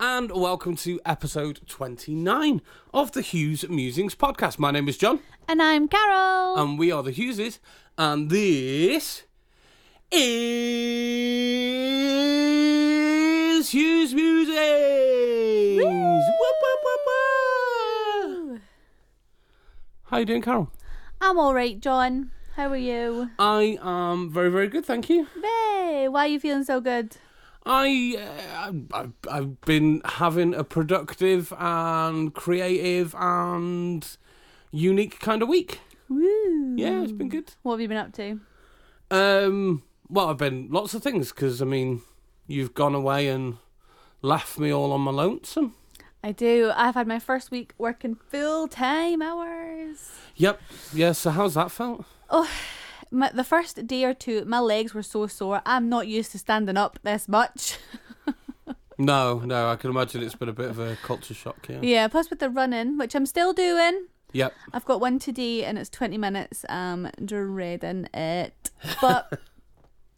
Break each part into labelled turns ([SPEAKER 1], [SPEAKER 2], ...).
[SPEAKER 1] welcome to episode 29 of the Hughes Musings podcast. My name is John,
[SPEAKER 2] And I'm Carol.
[SPEAKER 1] and we are the Hugheses, and this is Hughes Musings. Whoop, whoop, whoop, whoop. How you doing, Carol?
[SPEAKER 2] I'm all right, John. How are you?
[SPEAKER 1] I am very, very good, thank you.
[SPEAKER 2] Hey, why are you feeling so good?
[SPEAKER 1] I, uh, I I've been having a productive and creative and unique kind of week.
[SPEAKER 2] Woo.
[SPEAKER 1] Yeah, it's been good.
[SPEAKER 2] What have you been up to?
[SPEAKER 1] Um, well, I've been lots of things because I mean, you've gone away and left me all on my lonesome.
[SPEAKER 2] I do. I've had my first week working full time hours. Oh,
[SPEAKER 1] Yep. Yeah. So how's that felt?
[SPEAKER 2] My, the first day or two, my legs were so sore. I'm not used to standing up this much.
[SPEAKER 1] No, no. I can imagine it's been a bit of a culture shock. Yeah.
[SPEAKER 2] yeah, plus with the running, which I'm still doing.
[SPEAKER 1] Yep.
[SPEAKER 2] I've got one today and it's 20 minutes. I'm dreading it. But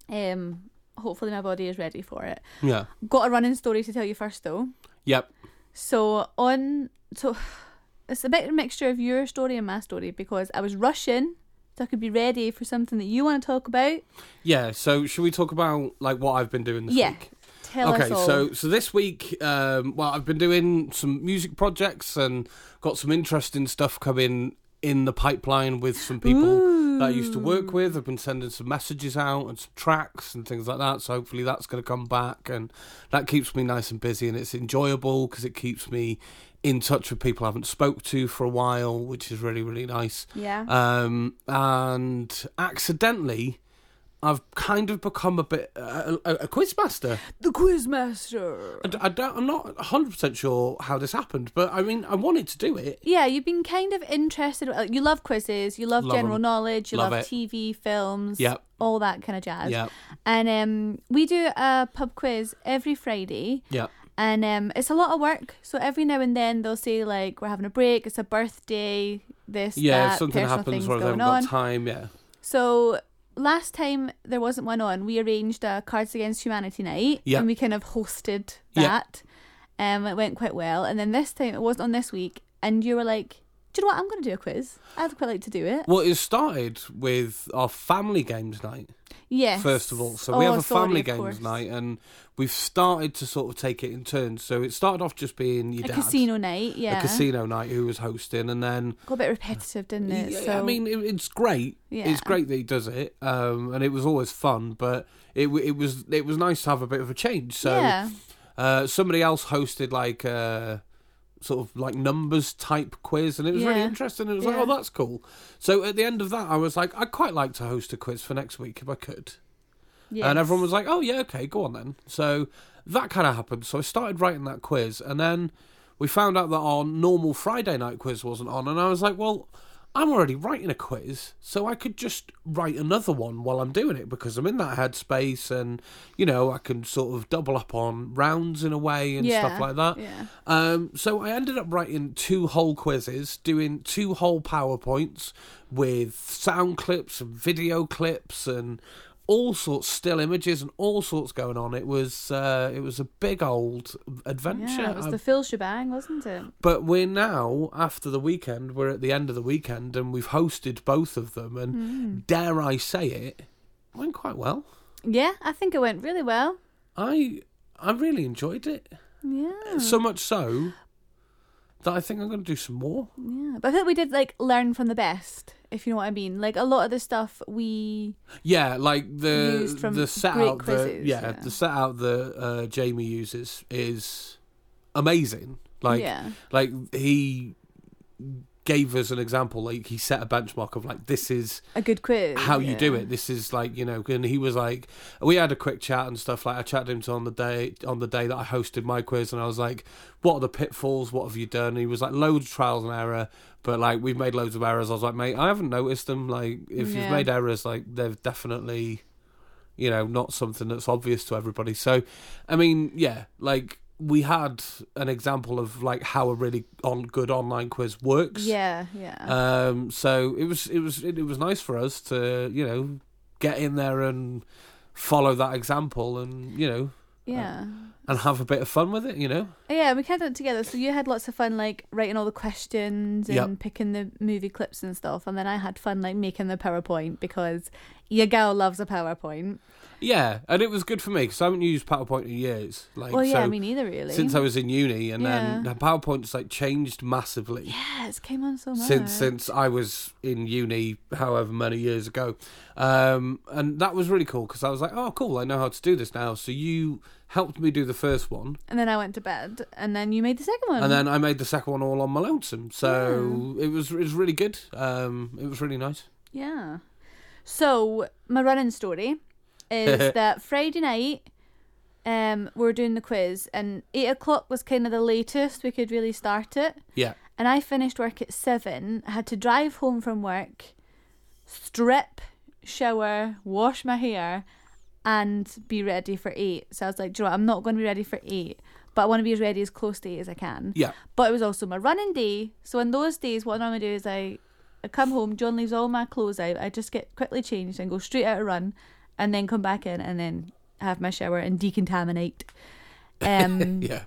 [SPEAKER 2] um, hopefully my body is ready for it.
[SPEAKER 1] Yeah.
[SPEAKER 2] Got a running story to tell you first though.
[SPEAKER 1] Yep.
[SPEAKER 2] So on, so it's a bit of a mixture of your story and my story because I was rushing so I could be ready for something that you want to talk about.
[SPEAKER 1] Yeah. So should we talk about like what I've been doing this
[SPEAKER 2] yeah,
[SPEAKER 1] week?
[SPEAKER 2] tell
[SPEAKER 1] okay,
[SPEAKER 2] us all.
[SPEAKER 1] so so this week, um, well, I've been doing some music projects and got some interesting stuff coming in the pipeline with some people that I used to work with. I've been sending some messages out and some tracks and things like that. So hopefully that's going to come back, and that keeps me nice and busy, and it's enjoyable because it keeps me in touch with people I haven't spoke to for a while, which is really really nice.
[SPEAKER 2] yeah,
[SPEAKER 1] Um, and accidentally. I've kind of become a bit a, a, a quiz master.
[SPEAKER 2] the quizmaster.
[SPEAKER 1] I d- I don't, I'm not 100% sure how this happened, but I mean, I wanted to do it.
[SPEAKER 2] Yeah, you've been kind of interested. like, You love quizzes. You love,
[SPEAKER 1] Love 'em.
[SPEAKER 2] general knowledge. You
[SPEAKER 1] Love
[SPEAKER 2] love,
[SPEAKER 1] it.
[SPEAKER 2] TV, films.
[SPEAKER 1] Yep.
[SPEAKER 2] all that kind of jazz.
[SPEAKER 1] Yeah,
[SPEAKER 2] And um, we do a pub quiz every Friday.
[SPEAKER 1] yeah,
[SPEAKER 2] And um, it's a lot of work. So every now and then they'll say like we're having a break. It's a birthday. This
[SPEAKER 1] yeah.
[SPEAKER 2] that,
[SPEAKER 1] something
[SPEAKER 2] personal
[SPEAKER 1] happens
[SPEAKER 2] things
[SPEAKER 1] where they
[SPEAKER 2] going
[SPEAKER 1] haven't
[SPEAKER 2] on.
[SPEAKER 1] got time. Yeah,
[SPEAKER 2] So last time there wasn't one on, we arranged a Cards Against Humanity night,
[SPEAKER 1] Yeah.
[SPEAKER 2] and we kind of hosted
[SPEAKER 1] Yeah.
[SPEAKER 2] that. Um, it went quite well, and then this time it wasn't on this week, and you were like, "Do you know what? I'm going to do a quiz. I'd quite like to do it."
[SPEAKER 1] well, it started with our family games night
[SPEAKER 2] Yes.
[SPEAKER 1] first of all. So we
[SPEAKER 2] Oh,
[SPEAKER 1] have a
[SPEAKER 2] sorry,
[SPEAKER 1] family
[SPEAKER 2] of
[SPEAKER 1] games
[SPEAKER 2] course.
[SPEAKER 1] night, and we've started to sort of take it in turns. So it started off just being your
[SPEAKER 2] A
[SPEAKER 1] dad,
[SPEAKER 2] casino night, yeah.
[SPEAKER 1] a casino night, who was hosting, and then
[SPEAKER 2] Got a bit repetitive, didn't it?
[SPEAKER 1] Yeah,
[SPEAKER 2] so
[SPEAKER 1] I mean, it, it's great.
[SPEAKER 2] Yeah.
[SPEAKER 1] It's great that he does it, um, and it was always fun. But it w- it was it was nice to have a bit of a change. So
[SPEAKER 2] yeah,
[SPEAKER 1] Uh, somebody else hosted like a sort of like numbers type quiz, and it was really
[SPEAKER 2] Yeah.
[SPEAKER 1] interesting. It was like,
[SPEAKER 2] Yeah.
[SPEAKER 1] oh, that's cool. So at the end of that, I was like, I'd quite like to host a quiz for next week if I could.
[SPEAKER 2] yes.
[SPEAKER 1] And everyone was like, oh, yeah, okay, go on then. So that kind of happened. So I started writing that quiz, and then we found out that our normal Friday night quiz wasn't on, and I was like, well, I'm already writing a quiz, so I could just write another one while I'm doing it because I'm in that headspace, and you know, I can sort of double up on rounds in a way and
[SPEAKER 2] yeah.
[SPEAKER 1] stuff like that.
[SPEAKER 2] Yeah,
[SPEAKER 1] Um, so I ended up writing two whole quizzes, doing two whole PowerPoints with sound clips and video clips and all sorts still images and all sorts going on. It was uh, it was a big old adventure.
[SPEAKER 2] yeah. It was
[SPEAKER 1] I-
[SPEAKER 2] the Phil shebang, wasn't it?
[SPEAKER 1] but we're now after the weekend. We're at the end of the weekend and we've hosted both of them. And
[SPEAKER 2] Hmm.
[SPEAKER 1] dare I say it, it went quite well.
[SPEAKER 2] Yeah, I think it went really well.
[SPEAKER 1] I I really enjoyed it
[SPEAKER 2] Yeah.
[SPEAKER 1] so much so that I think I'm going to do some more.
[SPEAKER 2] Yeah, but I feel like we did like learn from the best, if you know what I mean. Like a lot of the stuff we
[SPEAKER 1] Yeah, like the
[SPEAKER 2] Used from
[SPEAKER 1] the set
[SPEAKER 2] Greek
[SPEAKER 1] out that
[SPEAKER 2] quizzes,
[SPEAKER 1] yeah,
[SPEAKER 2] yeah.
[SPEAKER 1] the set out that uh, Jamie uses is amazing. Like
[SPEAKER 2] yeah
[SPEAKER 1] like he gave us an example. Like he set a benchmark of like this is
[SPEAKER 2] a good quiz.
[SPEAKER 1] how you do
[SPEAKER 2] yeah.
[SPEAKER 1] it. This is like you know, and he was like, we had a quick chat and stuff. Like I chatted him to on the day on the day that I hosted my quiz, and I was like, what are the pitfalls? What have you done? And he was like, loads of trials and error, but like we've made loads of errors. I was like, mate, I haven't noticed them. Like if you've
[SPEAKER 2] Yeah.
[SPEAKER 1] made errors, like they've definitely, you know, not something that's obvious to everybody. So, I mean, yeah, like. We had an example of like how a really on good online quiz works.
[SPEAKER 2] Yeah, yeah.
[SPEAKER 1] Um, so it was it was it, it was nice for us to you know get in there and follow that example and you know
[SPEAKER 2] yeah. Oh,
[SPEAKER 1] and have a bit of fun with it, you know?
[SPEAKER 2] Yeah, we kind of did it together. So you had lots of fun, like writing all the questions and
[SPEAKER 1] Yep.
[SPEAKER 2] picking the movie clips and stuff, and then I had fun like making the PowerPoint because your girl loves a PowerPoint.
[SPEAKER 1] Yeah, and it was good for me because I haven't used PowerPoint in years. Like,
[SPEAKER 2] well, yeah,
[SPEAKER 1] so
[SPEAKER 2] me neither really.
[SPEAKER 1] since I was in uni, and then
[SPEAKER 2] Yeah.
[SPEAKER 1] the PowerPoint's like changed massively
[SPEAKER 2] yeah, it's came on so much.
[SPEAKER 1] since since I was in uni, however many years ago, um, and that was really cool because I was like, oh, cool, I know how to do this now. So you helped me do the first one,
[SPEAKER 2] and then I went to bed, and then you made the second one.
[SPEAKER 1] and then I made the second one all on my lonesome. So
[SPEAKER 2] Oh.
[SPEAKER 1] it was it was really good. Um, it was really nice.
[SPEAKER 2] Yeah. So my running story is that Friday night, um, we were doing the quiz, and eight o'clock was kind of the latest we could really start it.
[SPEAKER 1] Yeah,
[SPEAKER 2] And I finished work at seven. I had to drive home from work, strip, shower, wash my hair, and be ready for eight. So I was like, Do you know what? I'm not going to be ready for eight, but I want to be as ready as close to eight as I can.
[SPEAKER 1] yeah,
[SPEAKER 2] But it was also my running day. So in those days, what I normally do is I, I come home, John leaves all my clothes out. I just get quickly changed and go straight out a run, and then come back in and then have my shower and decontaminate. Um,
[SPEAKER 1] yeah.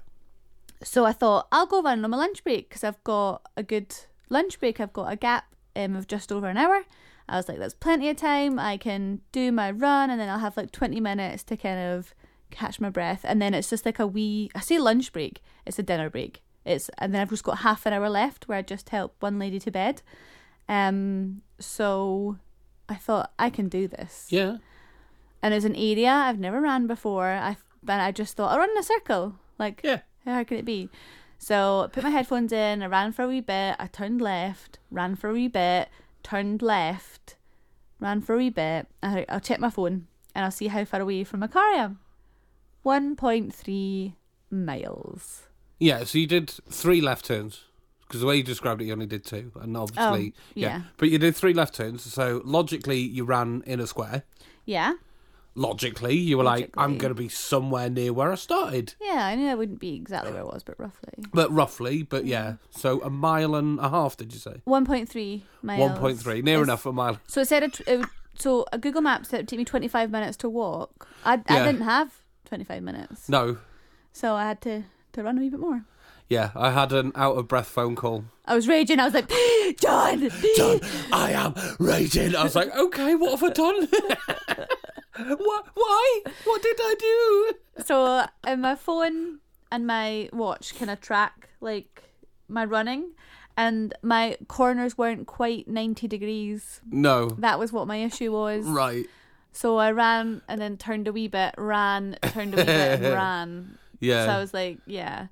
[SPEAKER 2] so I thought I'll go run on my lunch break because I've got a good lunch break. I've got a gap um, of just over an hour. I was like, that's plenty of time. I can do my run and then I'll have like 20 minutes to kind of catch my breath. And then it's just like a wee, I say lunch break, it's a dinner break. It's And then I've just got half an hour left where I just help one lady to bed. Um, so I thought I can do this
[SPEAKER 1] Yeah,
[SPEAKER 2] and it's an area I've never ran before. I then I just thought I'll run in a circle. Like,
[SPEAKER 1] Yeah.
[SPEAKER 2] how hard could it be? So I put my headphones in. I ran for a wee bit. I turned left, ran for a wee bit, turned left, ran for a wee bit. I, I'll check my phone and I'll see how far away from my car I am. One point three miles.
[SPEAKER 1] yeah. So you did three left turns because the way you described it, you only did two, and obviously,
[SPEAKER 2] Oh,
[SPEAKER 1] yeah.
[SPEAKER 2] yeah.
[SPEAKER 1] But you did three left turns, so logically, you ran in a square.
[SPEAKER 2] Yeah,
[SPEAKER 1] Logically, you were like, I'm
[SPEAKER 2] Logically.
[SPEAKER 1] going to be somewhere near where I started,
[SPEAKER 2] yeah. I knew I wouldn't be exactly where I was, but roughly
[SPEAKER 1] but roughly, but
[SPEAKER 2] Mm.
[SPEAKER 1] yeah. So a mile and a half, did you say?
[SPEAKER 2] one point three miles.
[SPEAKER 1] One point three, near
[SPEAKER 2] It's-
[SPEAKER 1] enough a mile.
[SPEAKER 2] So it said, it, it, would- so a Google Maps said it would take me 25 minutes to walk. I, I
[SPEAKER 1] Yeah.
[SPEAKER 2] didn't have 25 minutes.
[SPEAKER 1] No,
[SPEAKER 2] So I had to, to run a wee bit more.
[SPEAKER 1] yeah. I had an out of breath phone call.
[SPEAKER 2] I was raging. I was like, John!
[SPEAKER 1] Done. I am raging. I was like, okay, what have I done? what? Why? What did I do?
[SPEAKER 2] So and my phone and my watch kind of track like my running. And my corners weren't quite 90 degrees.
[SPEAKER 1] No.
[SPEAKER 2] That was what my issue was.
[SPEAKER 1] Right.
[SPEAKER 2] So I ran and then turned a wee bit, ran, turned a wee bit, and ran.
[SPEAKER 1] Yeah.
[SPEAKER 2] So I was like, yeah.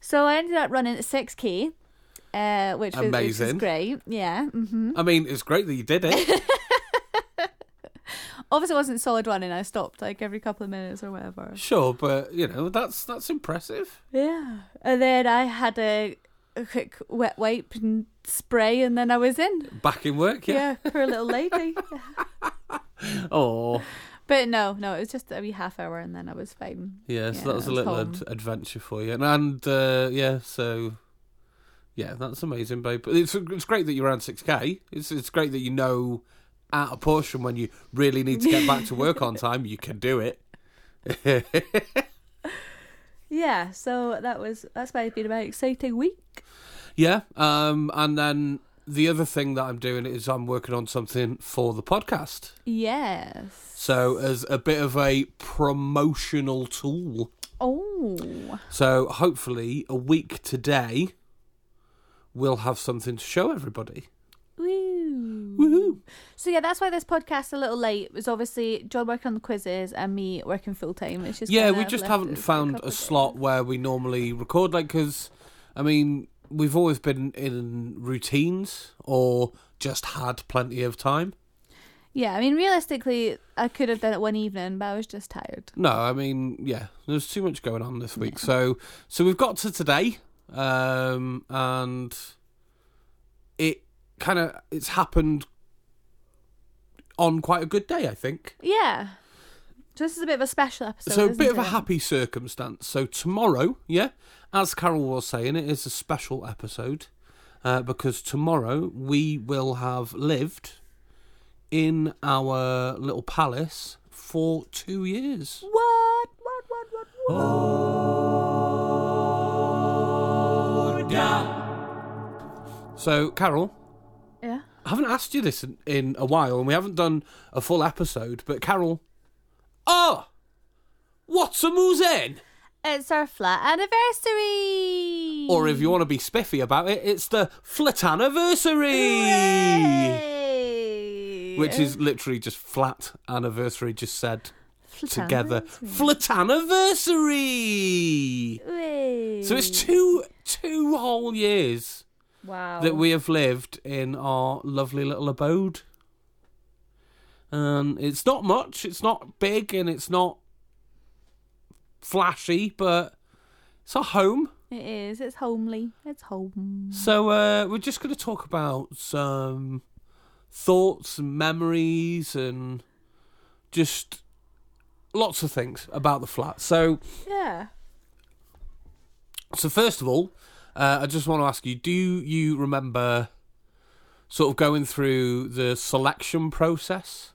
[SPEAKER 2] So I ended up running at 6k, uh, which, was, which is
[SPEAKER 1] Amazing.
[SPEAKER 2] great. Yeah. hmm
[SPEAKER 1] I mean, it's great that you did it.
[SPEAKER 2] Obviously, it wasn't solid running. I stopped like every couple of minutes or whatever.
[SPEAKER 1] sure, but you know that's that's impressive.
[SPEAKER 2] Yeah. And then I had a, a quick wet wipe and spray, and then I was in.
[SPEAKER 1] Back in work, yeah.
[SPEAKER 2] Yeah. poor little lady.
[SPEAKER 1] Oh,
[SPEAKER 2] but no, no, it was just a wee half hour, and then I was fine.
[SPEAKER 1] yeah. So that was
[SPEAKER 2] Yeah, that
[SPEAKER 1] a
[SPEAKER 2] was
[SPEAKER 1] little
[SPEAKER 2] home.
[SPEAKER 1] ad- adventure for you, and, and uh, yeah, so yeah, that's amazing, babe. But it's it's great that you ran six k. It's it's great that you know at a push and when you really need to get back to work on time, you can do it.
[SPEAKER 2] Yeah. So that was, that's why it's been a very exciting week.
[SPEAKER 1] Yeah. Um, and then the other thing that I'm doing is I'm working on something for the podcast.
[SPEAKER 2] Yes.
[SPEAKER 1] So as a bit of a promotional tool.
[SPEAKER 2] Oh.
[SPEAKER 1] So hopefully a week today we'll have something to show everybody.
[SPEAKER 2] Woo.
[SPEAKER 1] Woohoo.
[SPEAKER 2] So yeah, that's why this podcast's a little late. It was obviously John working on the quizzes and me working full time. It's just
[SPEAKER 1] Yeah,
[SPEAKER 2] kinda
[SPEAKER 1] we just
[SPEAKER 2] left
[SPEAKER 1] haven't
[SPEAKER 2] us a
[SPEAKER 1] found
[SPEAKER 2] couple
[SPEAKER 1] a
[SPEAKER 2] of
[SPEAKER 1] slot
[SPEAKER 2] days.
[SPEAKER 1] where we normally record like cuz I mean, we've always been in routines or just had plenty of time.
[SPEAKER 2] Yeah, I mean realistically, I could have done it one evening, but I was just tired.
[SPEAKER 1] No, I mean, yeah, there's too much going on this week. So, so we've got to today, um, and it kind of it's happened on quite a good day, I think.
[SPEAKER 2] Yeah. So this is a bit of a special episode.
[SPEAKER 1] So, a
[SPEAKER 2] isn't
[SPEAKER 1] bit of a
[SPEAKER 2] it?
[SPEAKER 1] happy circumstance. So tomorrow, yeah, as Carol was saying, it is a special episode uh, because tomorrow we will have lived in our little palace for two years.
[SPEAKER 2] What? What? What? What? what?
[SPEAKER 1] Oh. So, Carol,
[SPEAKER 2] Yeah.
[SPEAKER 1] I haven't asked you this in, in a while, and we haven't done a full episode, but Carol, oh, what's a muzen?
[SPEAKER 2] It's our flat anniversary.
[SPEAKER 1] Or if you want to be spiffy about it, it's the flat anniversary,
[SPEAKER 2] Yay!
[SPEAKER 1] which is literally just flat anniversary, just said
[SPEAKER 2] Flat
[SPEAKER 1] together.
[SPEAKER 2] anniversary.
[SPEAKER 1] Flat anniversary.
[SPEAKER 2] Yay.
[SPEAKER 1] So it's two two whole years
[SPEAKER 2] wow.
[SPEAKER 1] that we have lived in our lovely little abode. And it's not much, it's not big, and it's not flashy, but it's our home.
[SPEAKER 2] It is. It's homely. It's home.
[SPEAKER 1] So uh, we're just going to talk about some thoughts and memories and just lots of things about the flat. So,
[SPEAKER 2] Yeah.
[SPEAKER 1] so first of all, uh, I just want to ask you: Do you remember sort of going through the selection process?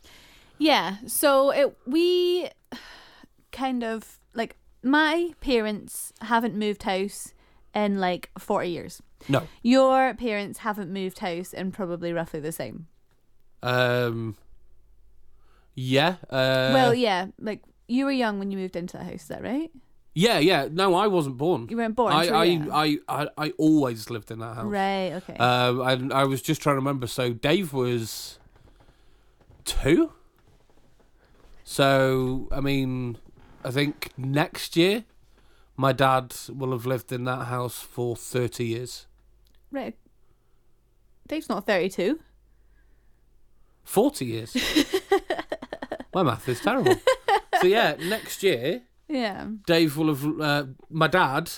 [SPEAKER 2] Yeah. So it we kind of like my parents haven't moved house in like 40 years.
[SPEAKER 1] No.
[SPEAKER 2] Your parents haven't moved house in probably roughly the same.
[SPEAKER 1] Um. Yeah. Uh,
[SPEAKER 2] well, yeah, like you were young when you moved into that house, is that right?
[SPEAKER 1] yeah, yeah. No, I wasn't born.
[SPEAKER 2] You weren't born.
[SPEAKER 1] I,
[SPEAKER 2] so
[SPEAKER 1] I,
[SPEAKER 2] yeah.
[SPEAKER 1] I, I, I always lived in that house.
[SPEAKER 2] right, okay.
[SPEAKER 1] Um, and I was just trying to remember. So Dave was two. So I mean, I think next year, my dad will have lived in that house for thirty years.
[SPEAKER 2] right. Dave's not 32.
[SPEAKER 1] Forty years. my math is terrible. So yeah, next year
[SPEAKER 2] Yeah.
[SPEAKER 1] Dave will have. Uh, my dad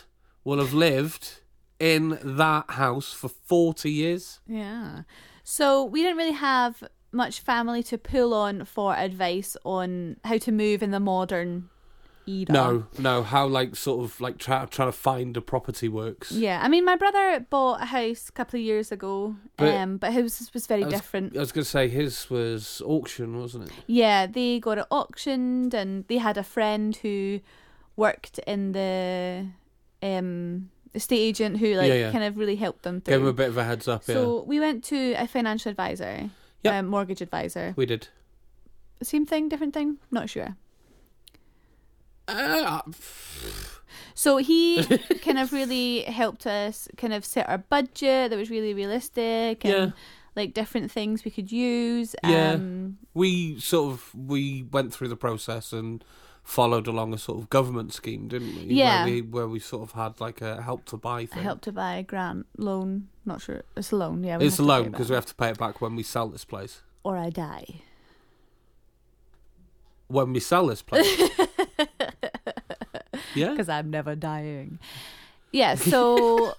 [SPEAKER 1] will have lived in that house for forty years.
[SPEAKER 2] Yeah. So we didn't really have much family to pull on for advice on how to move in the modern era.
[SPEAKER 1] No, no. How like sort of like try, trying to find a property works.
[SPEAKER 2] Yeah, I mean, my brother bought a house a couple of years ago,
[SPEAKER 1] But-
[SPEAKER 2] um, but his was very
[SPEAKER 1] was-
[SPEAKER 2] different.
[SPEAKER 1] I was going to say his was auction, wasn't it?
[SPEAKER 2] Yeah, they got it auctioned, and they had a friend who worked in the um, estate agent who like
[SPEAKER 1] Yeah, yeah.
[SPEAKER 2] kind of really helped them
[SPEAKER 1] Gave him
[SPEAKER 2] through.
[SPEAKER 1] a bit of a heads up. yeah,
[SPEAKER 2] so we went to a financial advisor,
[SPEAKER 1] Yep.
[SPEAKER 2] um, mortgage advisor.
[SPEAKER 1] we did.
[SPEAKER 2] Same thing, different thing, not sure.
[SPEAKER 1] Uh,
[SPEAKER 2] So he kind of really helped us kind of set our budget that was really realistic and
[SPEAKER 1] Yeah.
[SPEAKER 2] like different things we could use.
[SPEAKER 1] Yeah.
[SPEAKER 2] Um,
[SPEAKER 1] we sort of we went through the process and followed along a sort of government scheme, didn't we?
[SPEAKER 2] Yeah.
[SPEAKER 1] Where we, where we sort of had like a help to buy
[SPEAKER 2] a
[SPEAKER 1] thing.
[SPEAKER 2] help to buy grant loan. Not sure. It's a loan. Yeah. we
[SPEAKER 1] it's a
[SPEAKER 2] have to pay
[SPEAKER 1] loan
[SPEAKER 2] it
[SPEAKER 1] because
[SPEAKER 2] back.
[SPEAKER 1] we have to pay it back when we sell this place.
[SPEAKER 2] Or I die.
[SPEAKER 1] When we sell this place. yeah.
[SPEAKER 2] Because I'm never dying. Yeah. So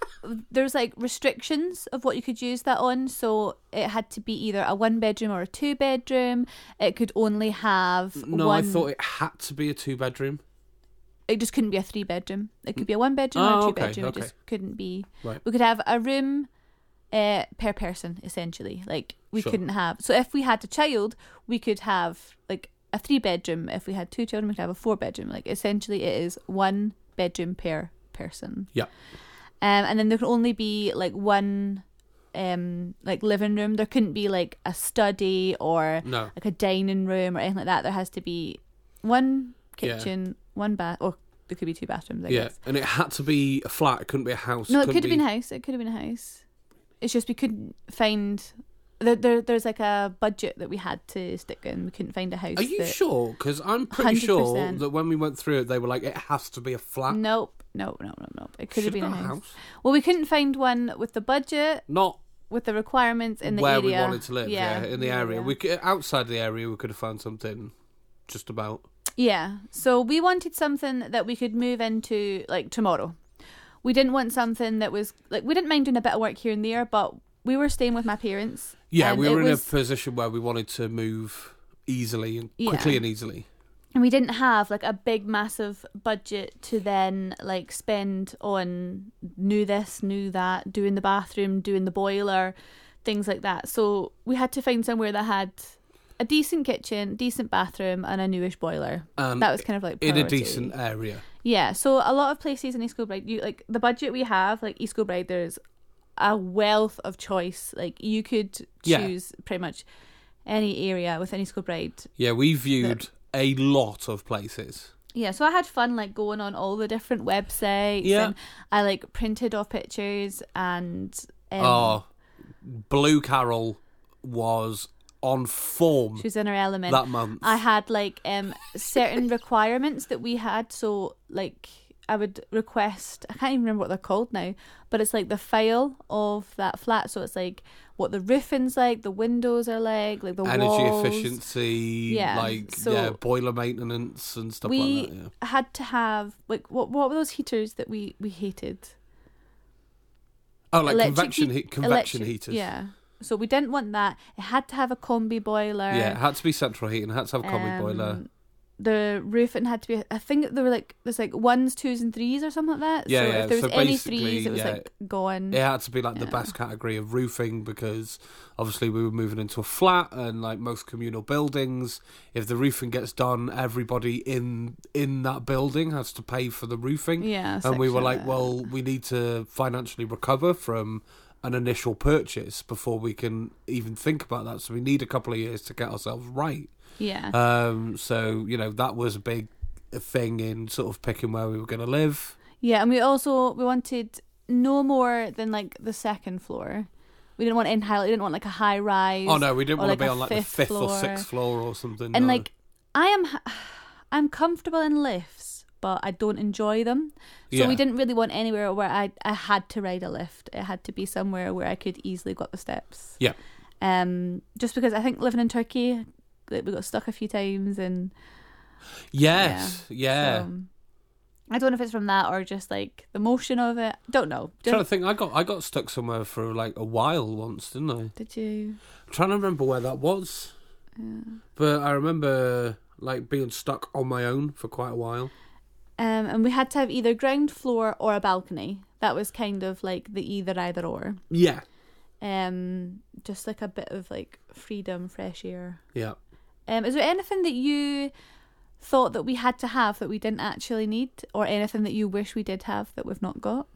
[SPEAKER 2] there's like restrictions of what you could use that on. So it had to be either a one bedroom or a two bedroom. It could only have
[SPEAKER 1] No,
[SPEAKER 2] one.
[SPEAKER 1] I thought it had to be a two bedroom.
[SPEAKER 2] it just couldn't be a three bedroom. It could be a one bedroom
[SPEAKER 1] Oh,
[SPEAKER 2] or a two
[SPEAKER 1] okay,
[SPEAKER 2] bedroom.
[SPEAKER 1] okay.
[SPEAKER 2] It just couldn't be.
[SPEAKER 1] Right.
[SPEAKER 2] We could have a room uh, per person essentially. Like we
[SPEAKER 1] Sure.
[SPEAKER 2] couldn't have. So if we had a child, we could have like a three bedroom. If we had two children, we could have a four bedroom. Like essentially, it is one bedroom per person.
[SPEAKER 1] Yeah.
[SPEAKER 2] Um, and then there could only be like one. Um, like living room, there couldn't be like a study or
[SPEAKER 1] No.
[SPEAKER 2] like a dining room or anything like that. There has to be one
[SPEAKER 1] Yeah.
[SPEAKER 2] kitchen, one bath, or there could be two bathrooms. I
[SPEAKER 1] Yeah,
[SPEAKER 2] guess.
[SPEAKER 1] and it had to be a flat. It couldn't be a house.
[SPEAKER 2] No, it
[SPEAKER 1] couldn't
[SPEAKER 2] could have
[SPEAKER 1] be-
[SPEAKER 2] been a house. It could have been a house. It's just we couldn't find. There, there, there's like a budget that we had to stick in. We couldn't find a house.
[SPEAKER 1] Are you
[SPEAKER 2] that,
[SPEAKER 1] sure? Because I'm pretty sure
[SPEAKER 2] 100%.
[SPEAKER 1] that when we went through it, they were like, it has to be a flat.
[SPEAKER 2] Nope, nope, nope, nope, nope. It could have
[SPEAKER 1] Should've
[SPEAKER 2] Mm, been a
[SPEAKER 1] got
[SPEAKER 2] house. Well, we couldn't find one with the budget,
[SPEAKER 1] Not
[SPEAKER 2] with the requirements in the
[SPEAKER 1] where
[SPEAKER 2] area.
[SPEAKER 1] we wanted to live. Yeah, in the area. We could, outside the area, we could have found something just about.
[SPEAKER 2] Yeah. So we wanted something that we could move into like tomorrow. We didn't want something that was like we didn't mind doing a bit of work here and there, but we were staying with my parents.
[SPEAKER 1] Yeah,
[SPEAKER 2] and
[SPEAKER 1] we
[SPEAKER 2] it
[SPEAKER 1] were in
[SPEAKER 2] was-
[SPEAKER 1] a position where we wanted to move easily and
[SPEAKER 2] Yeah.
[SPEAKER 1] quickly and easily.
[SPEAKER 2] and we didn't have like a big massive budget to then like spend on new this, new that, doing the bathroom, doing the boiler, things like that. So we had to find somewhere that had a decent kitchen, decent bathroom, and a newish boiler.
[SPEAKER 1] And
[SPEAKER 2] that was kind of like
[SPEAKER 1] Um, in a
[SPEAKER 2] priority.
[SPEAKER 1] decent area.
[SPEAKER 2] Yeah, so a lot of places in East Kilbride, you like the budget we have, like East Kilbride, there's a wealth of choice. Like you could
[SPEAKER 1] Yeah.
[SPEAKER 2] choose pretty much any area within East Kilbride.
[SPEAKER 1] Yeah, we viewed a lot of places.
[SPEAKER 2] Yeah, so I had fun like going on all the different websites.
[SPEAKER 1] Yeah.
[SPEAKER 2] and I like printed off pictures and. Um,
[SPEAKER 1] oh,
[SPEAKER 2] Mm.
[SPEAKER 1] Blue Carol was on form
[SPEAKER 2] She was in her element.
[SPEAKER 1] that month.
[SPEAKER 2] I had like um certain requirements that we had. So like I would request I can't even remember what they're called now, but it's like the file of that flat. So it's like what the roofing's like, the windows are like, like the
[SPEAKER 1] Energy
[SPEAKER 2] walls.
[SPEAKER 1] efficiency,
[SPEAKER 2] Yeah,
[SPEAKER 1] like
[SPEAKER 2] so-
[SPEAKER 1] yeah, boiler maintenance and stuff
[SPEAKER 2] We
[SPEAKER 1] like that. Yeah.
[SPEAKER 2] had to have like what what were those heaters that we we hated?
[SPEAKER 1] Oh, like
[SPEAKER 2] Electric
[SPEAKER 1] convection
[SPEAKER 2] heat-
[SPEAKER 1] heat, convection
[SPEAKER 2] electric-
[SPEAKER 1] heaters.
[SPEAKER 2] Yeah. So we didn't want that. It had to have a combi boiler.
[SPEAKER 1] Yeah, it had to be central heating, it had to have combi
[SPEAKER 2] um,
[SPEAKER 1] boiler.
[SPEAKER 2] The roofing had to be. I think there were like there's like ones, twos, and threes or something like that.
[SPEAKER 1] Yeah,
[SPEAKER 2] so
[SPEAKER 1] yeah,
[SPEAKER 2] if there
[SPEAKER 1] so
[SPEAKER 2] was any
[SPEAKER 1] basically,
[SPEAKER 2] threes, it was
[SPEAKER 1] yeah.
[SPEAKER 2] like gone.
[SPEAKER 1] It had to be like the
[SPEAKER 2] yeah.
[SPEAKER 1] best category of roofing because obviously we were moving into a flat and like most communal buildings, if the roofing gets done, everybody in in that building has to pay for the roofing.
[SPEAKER 2] Yeah,
[SPEAKER 1] and we were
[SPEAKER 2] section
[SPEAKER 1] like,
[SPEAKER 2] of it.
[SPEAKER 1] well, we need to financially recover from an initial purchase before we can even think about that. So we need a couple of years to get ourselves right.
[SPEAKER 2] yeah,
[SPEAKER 1] Um, so you know that was a big thing in sort of picking where we were going to live.
[SPEAKER 2] yeah. And we also we wanted no more than like the second floor. We didn't want in high. We didn't want like a high rise.
[SPEAKER 1] Oh no, we didn't
[SPEAKER 2] or
[SPEAKER 1] want
[SPEAKER 2] like
[SPEAKER 1] to be
[SPEAKER 2] a
[SPEAKER 1] on like the
[SPEAKER 2] fifth
[SPEAKER 1] fifth or
[SPEAKER 2] floor.
[SPEAKER 1] sixth floor or something.
[SPEAKER 2] And
[SPEAKER 1] no.
[SPEAKER 2] like, I am, h- I'm comfortable in lifts, but I don't enjoy them. So
[SPEAKER 1] Yeah.
[SPEAKER 2] we didn't really want anywhere where I I had to ride a lift. It had to be somewhere where I could easily go up the steps.
[SPEAKER 1] Yeah.
[SPEAKER 2] Um, just because I think living in Turkey, like we got stuck a few times, and
[SPEAKER 1] yes, yeah.
[SPEAKER 2] um, I don't know if it's from that or just like the motion of it. Don't know.
[SPEAKER 1] I'm trying to
[SPEAKER 2] Don't,
[SPEAKER 1] think, I got I got stuck somewhere for like a while once, didn't I?
[SPEAKER 2] did you?
[SPEAKER 1] I'm trying to remember where that was, but I remember like being stuck on my own for quite a while.
[SPEAKER 2] Um, and we had to have either ground floor or a balcony. That was kind of like the either either or.
[SPEAKER 1] Yeah,
[SPEAKER 2] um just like a bit of like freedom fresh air
[SPEAKER 1] yeah.
[SPEAKER 2] um is there anything that you thought that we had to have that we didn't actually need or anything that you wish we did have that we've not got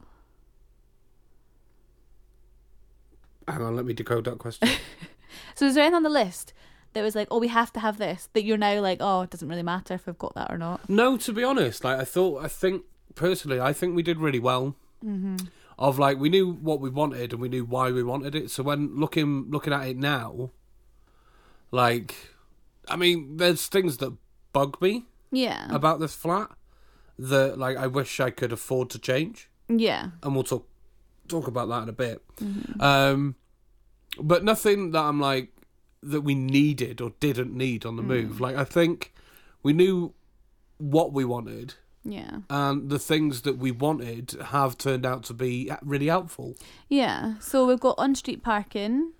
[SPEAKER 1] Hang on, let me decode that question.
[SPEAKER 2] so is there anything on the list that was like oh we have to have this that you're now like oh it doesn't really matter if we've got that or not
[SPEAKER 1] No, to be honest, like I thought, I think personally, I think we did really well. Mm-hmm. Of like, we knew what we wanted and we knew why we wanted it. So when looking looking at it now, like, I mean, there's things that bug me
[SPEAKER 2] yeah
[SPEAKER 1] about this flat that like I wish I could afford to change,
[SPEAKER 2] yeah
[SPEAKER 1] and we'll talk talk about that in a bit.
[SPEAKER 2] Mm-hmm.
[SPEAKER 1] Um, but nothing that I'm like that we needed or didn't need
[SPEAKER 2] Mm.
[SPEAKER 1] on the move. Like I think we knew what we wanted
[SPEAKER 2] yeah
[SPEAKER 1] and the things that we wanted have turned out to be really helpful.
[SPEAKER 2] yeah so we've got on street parking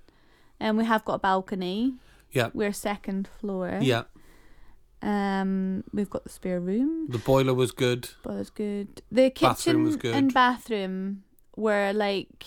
[SPEAKER 2] and we have got a balcony
[SPEAKER 1] Yeah.
[SPEAKER 2] we're second floor
[SPEAKER 1] Yeah,
[SPEAKER 2] um we've got the spare room
[SPEAKER 1] the boiler was good.
[SPEAKER 2] But was good. The kitchen
[SPEAKER 1] Bathroom was good.
[SPEAKER 2] and bathroom were like,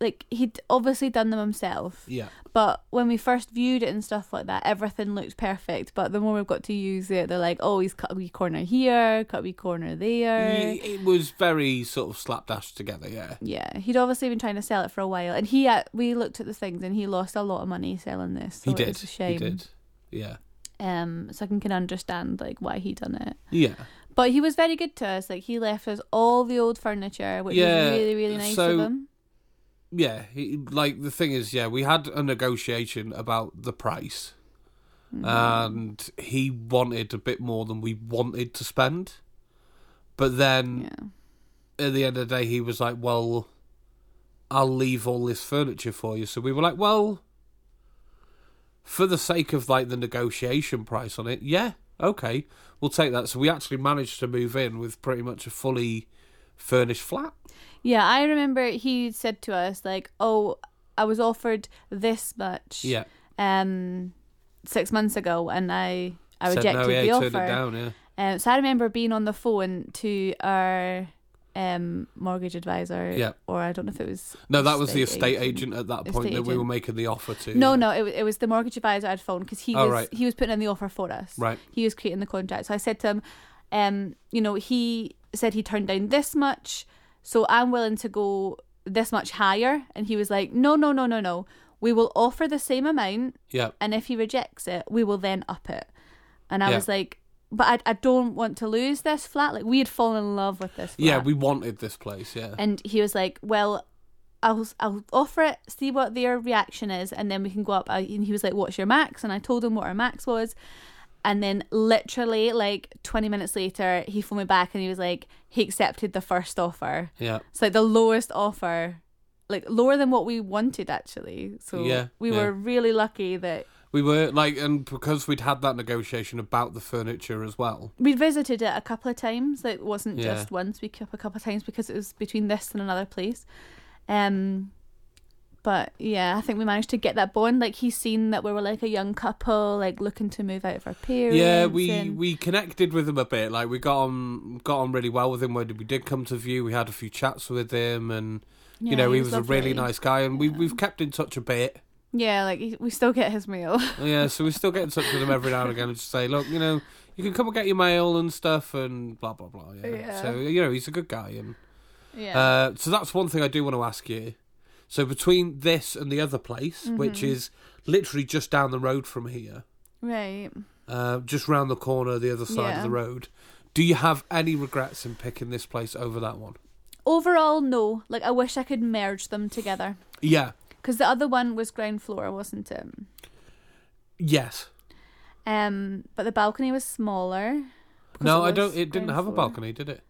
[SPEAKER 2] like he'd obviously done them himself.
[SPEAKER 1] Yeah,
[SPEAKER 2] But when we first viewed it and stuff like that, everything looked perfect. But the more we've got to use it, they're like, oh, he's cut a wee corner here, cut a wee corner there.
[SPEAKER 1] Y- it was very sort of slapdash together. Yeah,
[SPEAKER 2] yeah, he'd obviously been trying to sell it for a while, and he uh, we looked at the things, and he lost a lot of money selling this.
[SPEAKER 1] he
[SPEAKER 2] So Oh, it
[SPEAKER 1] did.
[SPEAKER 2] was a shame.
[SPEAKER 1] He did. Yeah,
[SPEAKER 2] Um, so I can, can understand like why he done it.
[SPEAKER 1] yeah.
[SPEAKER 2] But he was very good to us. Like he left us all the old furniture, which
[SPEAKER 1] Yeah,
[SPEAKER 2] was really, really nice
[SPEAKER 1] so-
[SPEAKER 2] of him.
[SPEAKER 1] Yeah, he, like the thing is, yeah, we had a negotiation about the price,
[SPEAKER 2] Mm-hmm.
[SPEAKER 1] and he wanted a bit more than we wanted to spend. But then
[SPEAKER 2] Yeah.
[SPEAKER 1] at the end of the day, he was like, "Well, I'll leave all this furniture for you." So we were like, "Well, for the sake of like the negotiation price on it, yeah, okay, we'll take that." So we actually managed to move in with pretty much a fully furnished flat.
[SPEAKER 2] Yeah, I remember he said to us like, "Oh, I was offered this much
[SPEAKER 1] Yeah,
[SPEAKER 2] um 6 months ago and I I
[SPEAKER 1] Said
[SPEAKER 2] rejected
[SPEAKER 1] no, yeah,
[SPEAKER 2] the
[SPEAKER 1] he
[SPEAKER 2] offer."
[SPEAKER 1] turned it down. Yeah,
[SPEAKER 2] Um so I remember being on the phone to our um mortgage advisor
[SPEAKER 1] Yeah.
[SPEAKER 2] or I don't know if it was
[SPEAKER 1] No, that was the
[SPEAKER 2] Estate
[SPEAKER 1] estate
[SPEAKER 2] agent.
[SPEAKER 1] agent, at that
[SPEAKER 2] Estate
[SPEAKER 1] point that we
[SPEAKER 2] agent.
[SPEAKER 1] were making the offer to.
[SPEAKER 2] No, no, it, wa- it was the mortgage advisor I'd phoned because he
[SPEAKER 1] Oh,
[SPEAKER 2] was
[SPEAKER 1] right.
[SPEAKER 2] he was putting in the offer for us.
[SPEAKER 1] Right.
[SPEAKER 2] He was creating the contract. So I said to him, um, you know, he said he turned down this much, so I'm willing to go this much higher. And he was like, no, no, no, no, no. We will offer the same amount,
[SPEAKER 1] Yeah.
[SPEAKER 2] and if he rejects it, we will then up it. And I
[SPEAKER 1] Yeah.
[SPEAKER 2] was like, but I, I don't want to lose this flat. Like, we had fallen in love with this flat.
[SPEAKER 1] Yeah, we wanted this place, yeah.
[SPEAKER 2] And he was like, "Well, I'll I'll offer it, see what their reaction is, and then we can go up." I- And he was like, "What's your max?" And I told him what our max was. And then literally like 20 minutes later, he phoned me back and he was like, "He accepted the first offer.
[SPEAKER 1] yeah.
[SPEAKER 2] It's like the lowest offer." Like lower than what we wanted, actually. So
[SPEAKER 1] Yeah,
[SPEAKER 2] we
[SPEAKER 1] yeah.
[SPEAKER 2] were really lucky that
[SPEAKER 1] We were like and because we'd had that negotiation about the furniture as well.
[SPEAKER 2] we visited it a couple of times. Like, it wasn't
[SPEAKER 1] Yeah.
[SPEAKER 2] just once. We kept a couple of times because it was between this and another place. Um, but yeah, I think we managed to get that bond. Like he's seen that we were like a young couple, like looking to move out of our parents.
[SPEAKER 1] Yeah, we
[SPEAKER 2] and-
[SPEAKER 1] we connected with him a bit. Like we got on got on really well with him when we did come to view. We had a few chats with him, and
[SPEAKER 2] Yeah,
[SPEAKER 1] you know he,
[SPEAKER 2] he
[SPEAKER 1] was,
[SPEAKER 2] was
[SPEAKER 1] a really
[SPEAKER 2] lovely.
[SPEAKER 1] nice guy, and we we've kept in touch a bit.
[SPEAKER 2] yeah, like he- we still get his mail.
[SPEAKER 1] Yeah, so we still get in touch with him every now and again and just say, look, you know, you can come and get your mail and stuff, and blah blah blah. Yeah.
[SPEAKER 2] Yeah.
[SPEAKER 1] So you know he's a good guy, and
[SPEAKER 2] yeah,
[SPEAKER 1] uh, so that's one thing I do want to ask you. So between this and the other place,
[SPEAKER 2] Mm-hmm.
[SPEAKER 1] which is literally just down the road from here,
[SPEAKER 2] right.
[SPEAKER 1] uh, just round the corner, the other side
[SPEAKER 2] Yeah.
[SPEAKER 1] of the road. Do you have any regrets in picking this place over that one?
[SPEAKER 2] Overall, no. Like I wish I could merge them together
[SPEAKER 1] Yeah.
[SPEAKER 2] because the other one was ground floor, wasn't it?
[SPEAKER 1] Yes.
[SPEAKER 2] Um, but the balcony was smaller. because
[SPEAKER 1] no,
[SPEAKER 2] it
[SPEAKER 1] I don't.
[SPEAKER 2] was
[SPEAKER 1] It didn't
[SPEAKER 2] ground
[SPEAKER 1] have a
[SPEAKER 2] floor.
[SPEAKER 1] balcony, did it?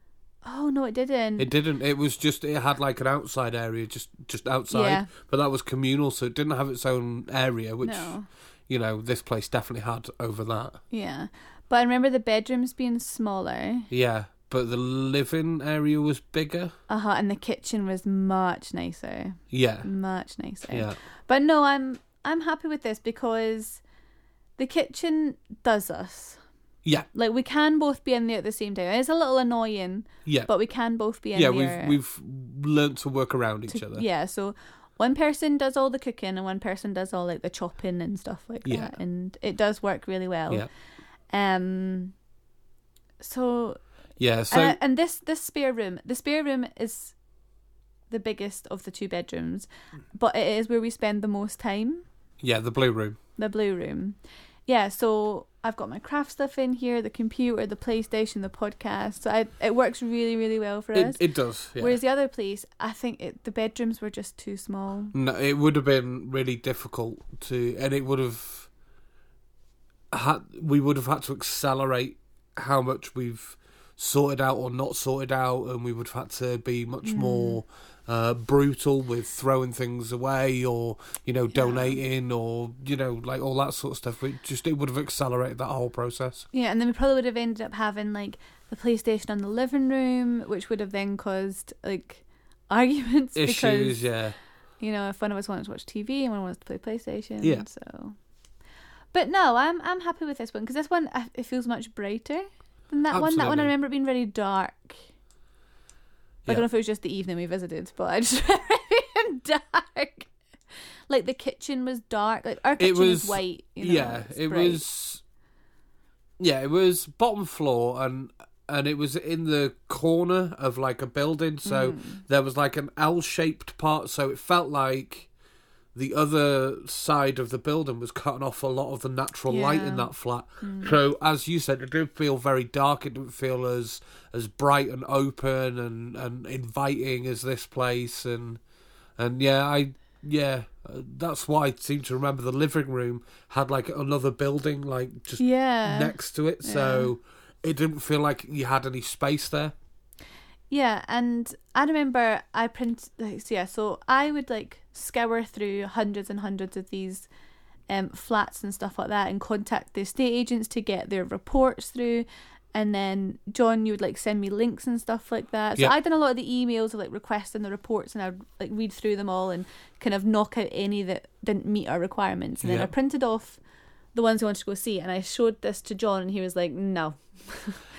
[SPEAKER 2] Oh no, it didn't.
[SPEAKER 1] It didn't. It was just. It had like an outside area, just just outside.
[SPEAKER 2] Yeah.
[SPEAKER 1] But that was communal, so it didn't have its own area, which
[SPEAKER 2] No.
[SPEAKER 1] you know this place definitely had over that.
[SPEAKER 2] Yeah. But I remember the bedrooms being smaller.
[SPEAKER 1] Yeah. But the living area was bigger.
[SPEAKER 2] Uh huh. And the kitchen was much nicer.
[SPEAKER 1] Yeah.
[SPEAKER 2] Much nicer.
[SPEAKER 1] Yeah.
[SPEAKER 2] But no, I'm I'm happy with this because the kitchen does us.
[SPEAKER 1] Yeah.
[SPEAKER 2] Like we can both be in there at the same time. It's a little annoying,
[SPEAKER 1] Yeah.
[SPEAKER 2] but we can both be in
[SPEAKER 1] yeah.
[SPEAKER 2] there.
[SPEAKER 1] We've we've learnt to work around each other.
[SPEAKER 2] Yeah, so one person does all the cooking and one person does all like the chopping and stuff like
[SPEAKER 1] Yeah.
[SPEAKER 2] that. And it does work really well.
[SPEAKER 1] Yeah.
[SPEAKER 2] Um so
[SPEAKER 1] Yeah. So
[SPEAKER 2] and, and this this spare room, the spare room is the biggest of the two bedrooms, but it is where we spend the most time.
[SPEAKER 1] yeah, the blue room.
[SPEAKER 2] The blue room, yeah. So I've got my craft stuff in here, the computer, the PlayStation, the podcast. So I, it works really, really well for us.
[SPEAKER 1] It, it does. Yeah.
[SPEAKER 2] Whereas the other place, I think it, the bedrooms were just too small.
[SPEAKER 1] No, it would have been really difficult to, and it would have had. We would have had to accelerate how much we've sorted out or not sorted out, and we would have had to be much
[SPEAKER 2] Hmm.
[SPEAKER 1] more uh, brutal with throwing things away or you know donating or you know like all that sort of stuff. It just it would have accelerated that whole process.
[SPEAKER 2] Yeah, and then we probably would have ended up having like the PlayStation on the living room, which would have then caused like arguments because
[SPEAKER 1] Issues, yeah,
[SPEAKER 2] you know, if one of us wanted to watch TV and one wants to play PlayStation.
[SPEAKER 1] Yeah.
[SPEAKER 2] So, but no, I'm I'm happy with this one because this one I- it feels much brighter than that one. That one I
[SPEAKER 1] Absolutely.
[SPEAKER 2] remember it being very dark. I
[SPEAKER 1] Yeah.
[SPEAKER 2] don't know if it was just the evening we visited, but I just remember it being dark. Like the kitchen was dark. Like our kitchen is
[SPEAKER 1] was-
[SPEAKER 2] white. You know,
[SPEAKER 1] yeah.
[SPEAKER 2] it's
[SPEAKER 1] It
[SPEAKER 2] bright.
[SPEAKER 1] was, yeah, it was bottom floor and and it was in the corner of like a building, so
[SPEAKER 2] Hmm.
[SPEAKER 1] there was like an L-shaped part, so it felt like the other side of the building was cutting off a lot of the natural light in
[SPEAKER 2] Yeah. Hmm.
[SPEAKER 1] that flat. So as you said, it did feel very dark. It didn't feel as as bright and open and and inviting as this place and and yeah, I yeah, uh, that's why I seem to remember the living room had like another building like just
[SPEAKER 2] yeah.
[SPEAKER 1] next to it, so it didn't feel like you had any space there.
[SPEAKER 2] Yeah, and I remember I print. Like, so yeah, so I would like scour through hundreds and hundreds of these um, flats and stuff like that, and contact the estate agents to get their reports through. And then John, you would like send me links and stuff like that. So
[SPEAKER 1] Yeah.
[SPEAKER 2] I'd done a lot of the emails of like requesting the reports, and I'd like read through them all and kind of knock out any that didn't meet our requirements. And then
[SPEAKER 1] Yeah.
[SPEAKER 2] I printed off the ones I wanted to go see, and I showed this to John, and he was like, "No,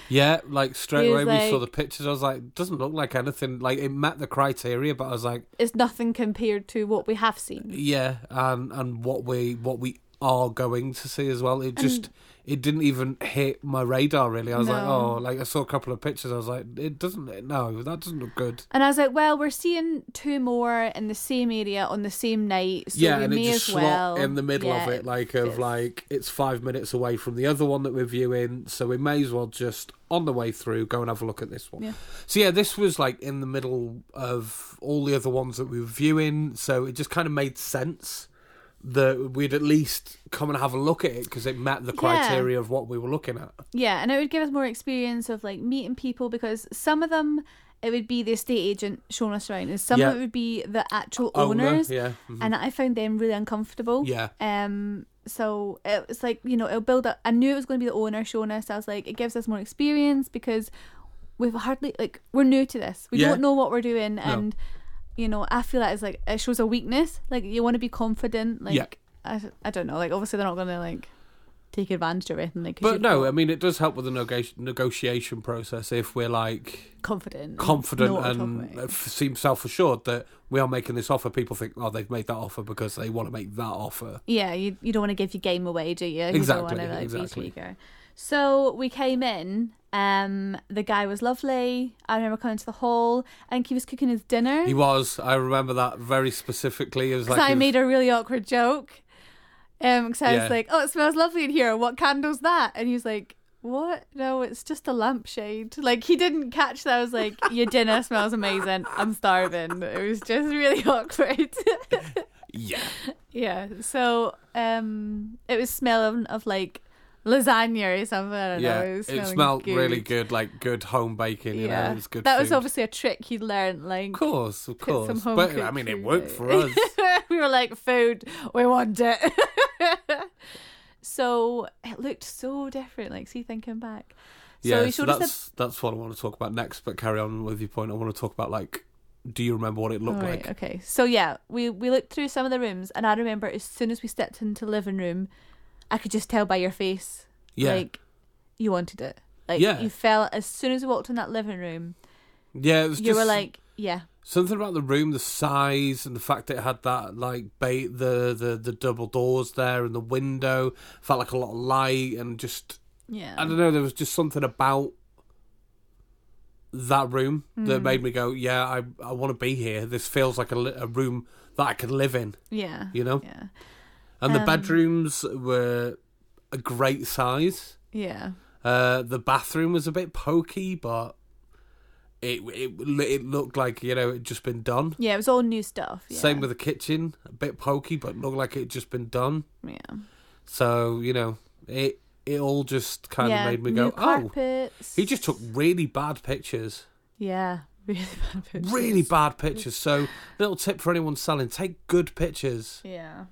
[SPEAKER 1] Yeah, like straight
[SPEAKER 2] He
[SPEAKER 1] away
[SPEAKER 2] was
[SPEAKER 1] we saw
[SPEAKER 2] like-
[SPEAKER 1] the pictures. I was like, doesn't look like anything. Like it met the criteria, but I was like,
[SPEAKER 2] it's nothing compared to what we have seen."
[SPEAKER 1] yeah, and and what we what we are going to see as well. It just it didn't even hit my radar really. I was like, oh,
[SPEAKER 2] No.
[SPEAKER 1] like I saw a couple of pictures. I was like, it doesn't. No, that doesn't look good.
[SPEAKER 2] And I was like, well, we're seeing two more in the same area on the same night, so
[SPEAKER 1] yeah,
[SPEAKER 2] we
[SPEAKER 1] and it
[SPEAKER 2] may
[SPEAKER 1] just
[SPEAKER 2] as
[SPEAKER 1] slot
[SPEAKER 2] well.
[SPEAKER 1] in the middle of
[SPEAKER 2] Yeah,
[SPEAKER 1] it, like of
[SPEAKER 2] it's-
[SPEAKER 1] like it's five minutes away from the other one that we're viewing, so we may as well just on the way through go and have a look at this one.
[SPEAKER 2] Yeah.
[SPEAKER 1] So yeah, this was like in the middle of all the other ones that we were viewing, so it just kind of made sense that we'd at least come and have a look at it because it met the criteria of what we were looking at.
[SPEAKER 2] Yeah, and it would give us more experience of like meeting people because some of them it would be the estate agent showing us around, and some
[SPEAKER 1] Yeah.
[SPEAKER 2] of it would be the actual
[SPEAKER 1] Owner,
[SPEAKER 2] owners.
[SPEAKER 1] yeah, mhm.
[SPEAKER 2] and I found them really uncomfortable.
[SPEAKER 1] yeah,
[SPEAKER 2] Um. So it was like you know it'll build up. I knew it was going to be the owner showing us. I was like, it gives us more experience because we've hardly like we're new to this. We
[SPEAKER 1] Yeah.
[SPEAKER 2] don't know what we're doing, and you know I feel that is like it shows a weakness. Like you want to be confident. Like
[SPEAKER 1] Yeah.
[SPEAKER 2] I, I don't know. Like obviously they're not going to like take advantage of anything. Like 'cause
[SPEAKER 1] but
[SPEAKER 2] you're
[SPEAKER 1] no, uh, I mean it does help with the nega- negotiation process if we're like.
[SPEAKER 2] confident,
[SPEAKER 1] confident
[SPEAKER 2] know what we're talking
[SPEAKER 1] and
[SPEAKER 2] about.
[SPEAKER 1] f- seem self assured that we are making this offer. People think, oh, they've made that offer because they want to make that offer.
[SPEAKER 2] Yeah, you, you don't want to give your game away, do you? You don't
[SPEAKER 1] Exactly,
[SPEAKER 2] want to like
[SPEAKER 1] exactly.
[SPEAKER 2] be tweaker. So we came in. Um, the guy was lovely. I remember coming to the hall. I think he was cooking his dinner.
[SPEAKER 1] He was. I remember that very specifically. It was
[SPEAKER 2] Because
[SPEAKER 1] like
[SPEAKER 2] I
[SPEAKER 1] his-
[SPEAKER 2] made a really awkward joke. Um, because I
[SPEAKER 1] Yeah.
[SPEAKER 2] was like, "Oh, it smells lovely in here. What candle's that?" And he was like, "What? No, it's just a lampshade." Like he didn't catch that. I was like, "Your dinner smells amazing. I'm starving." It was just really awkward.
[SPEAKER 1] yeah,
[SPEAKER 2] Yeah. So um, it was smelling of like lasagna or something. I don't
[SPEAKER 1] yeah.
[SPEAKER 2] know. It, was
[SPEAKER 1] It
[SPEAKER 2] smelling
[SPEAKER 1] smelled really good, like good home baking. You know,
[SPEAKER 2] Yeah.
[SPEAKER 1] it was good.
[SPEAKER 2] that
[SPEAKER 1] food.
[SPEAKER 2] was obviously a trick he learned. Like
[SPEAKER 1] Of course, of
[SPEAKER 2] put some
[SPEAKER 1] course.
[SPEAKER 2] home
[SPEAKER 1] But
[SPEAKER 2] cooked
[SPEAKER 1] I mean, it
[SPEAKER 2] food
[SPEAKER 1] worked
[SPEAKER 2] out.
[SPEAKER 1] for us.
[SPEAKER 2] we were like, food, we want it. so it looked so different. Like, see, thinking back. So
[SPEAKER 1] yeah,
[SPEAKER 2] he
[SPEAKER 1] so
[SPEAKER 2] showed us the
[SPEAKER 1] that's that's what I want to talk about next. But carry on with your point. I want to talk about like, do you remember what it looked
[SPEAKER 2] All
[SPEAKER 1] like?
[SPEAKER 2] right, uh, okay. So yeah, we we looked through some of the rooms, and I remember as soon as we stepped into the living room, I could just tell by your face,
[SPEAKER 1] Yeah.
[SPEAKER 2] like you wanted it. Like
[SPEAKER 1] Yeah.
[SPEAKER 2] you felt as soon as we walked in that living room,
[SPEAKER 1] Yeah, it was
[SPEAKER 2] you
[SPEAKER 1] just
[SPEAKER 2] were like, yeah,
[SPEAKER 1] Something about the room, the size, and the fact that it had that like ba- the, the the double doors there and the window felt like a lot of light and just
[SPEAKER 2] yeah,
[SPEAKER 1] I don't know. There was just something about that room
[SPEAKER 2] Hmm.
[SPEAKER 1] that made me go, yeah, I I want to be here. This feels like a, li- a room that I could live in,
[SPEAKER 2] yeah,
[SPEAKER 1] you know.
[SPEAKER 2] yeah,
[SPEAKER 1] And the
[SPEAKER 2] Um,
[SPEAKER 1] bedrooms were a great size.
[SPEAKER 2] yeah,
[SPEAKER 1] Uh, the bathroom was a bit pokey, but it it it looked like you know it had just been done.
[SPEAKER 2] yeah. It was all new stuff. Yeah.
[SPEAKER 1] Same with the kitchen, a bit pokey, but looked like it had just been done.
[SPEAKER 2] yeah,
[SPEAKER 1] So you know, it it all just kind
[SPEAKER 2] yeah.
[SPEAKER 1] of made me
[SPEAKER 2] new
[SPEAKER 1] go, oh,
[SPEAKER 2] carpets.
[SPEAKER 1] he just took really bad pictures,
[SPEAKER 2] yeah, really bad pictures.
[SPEAKER 1] really bad pictures. So little tip for anyone selling: take good pictures
[SPEAKER 2] Yeah.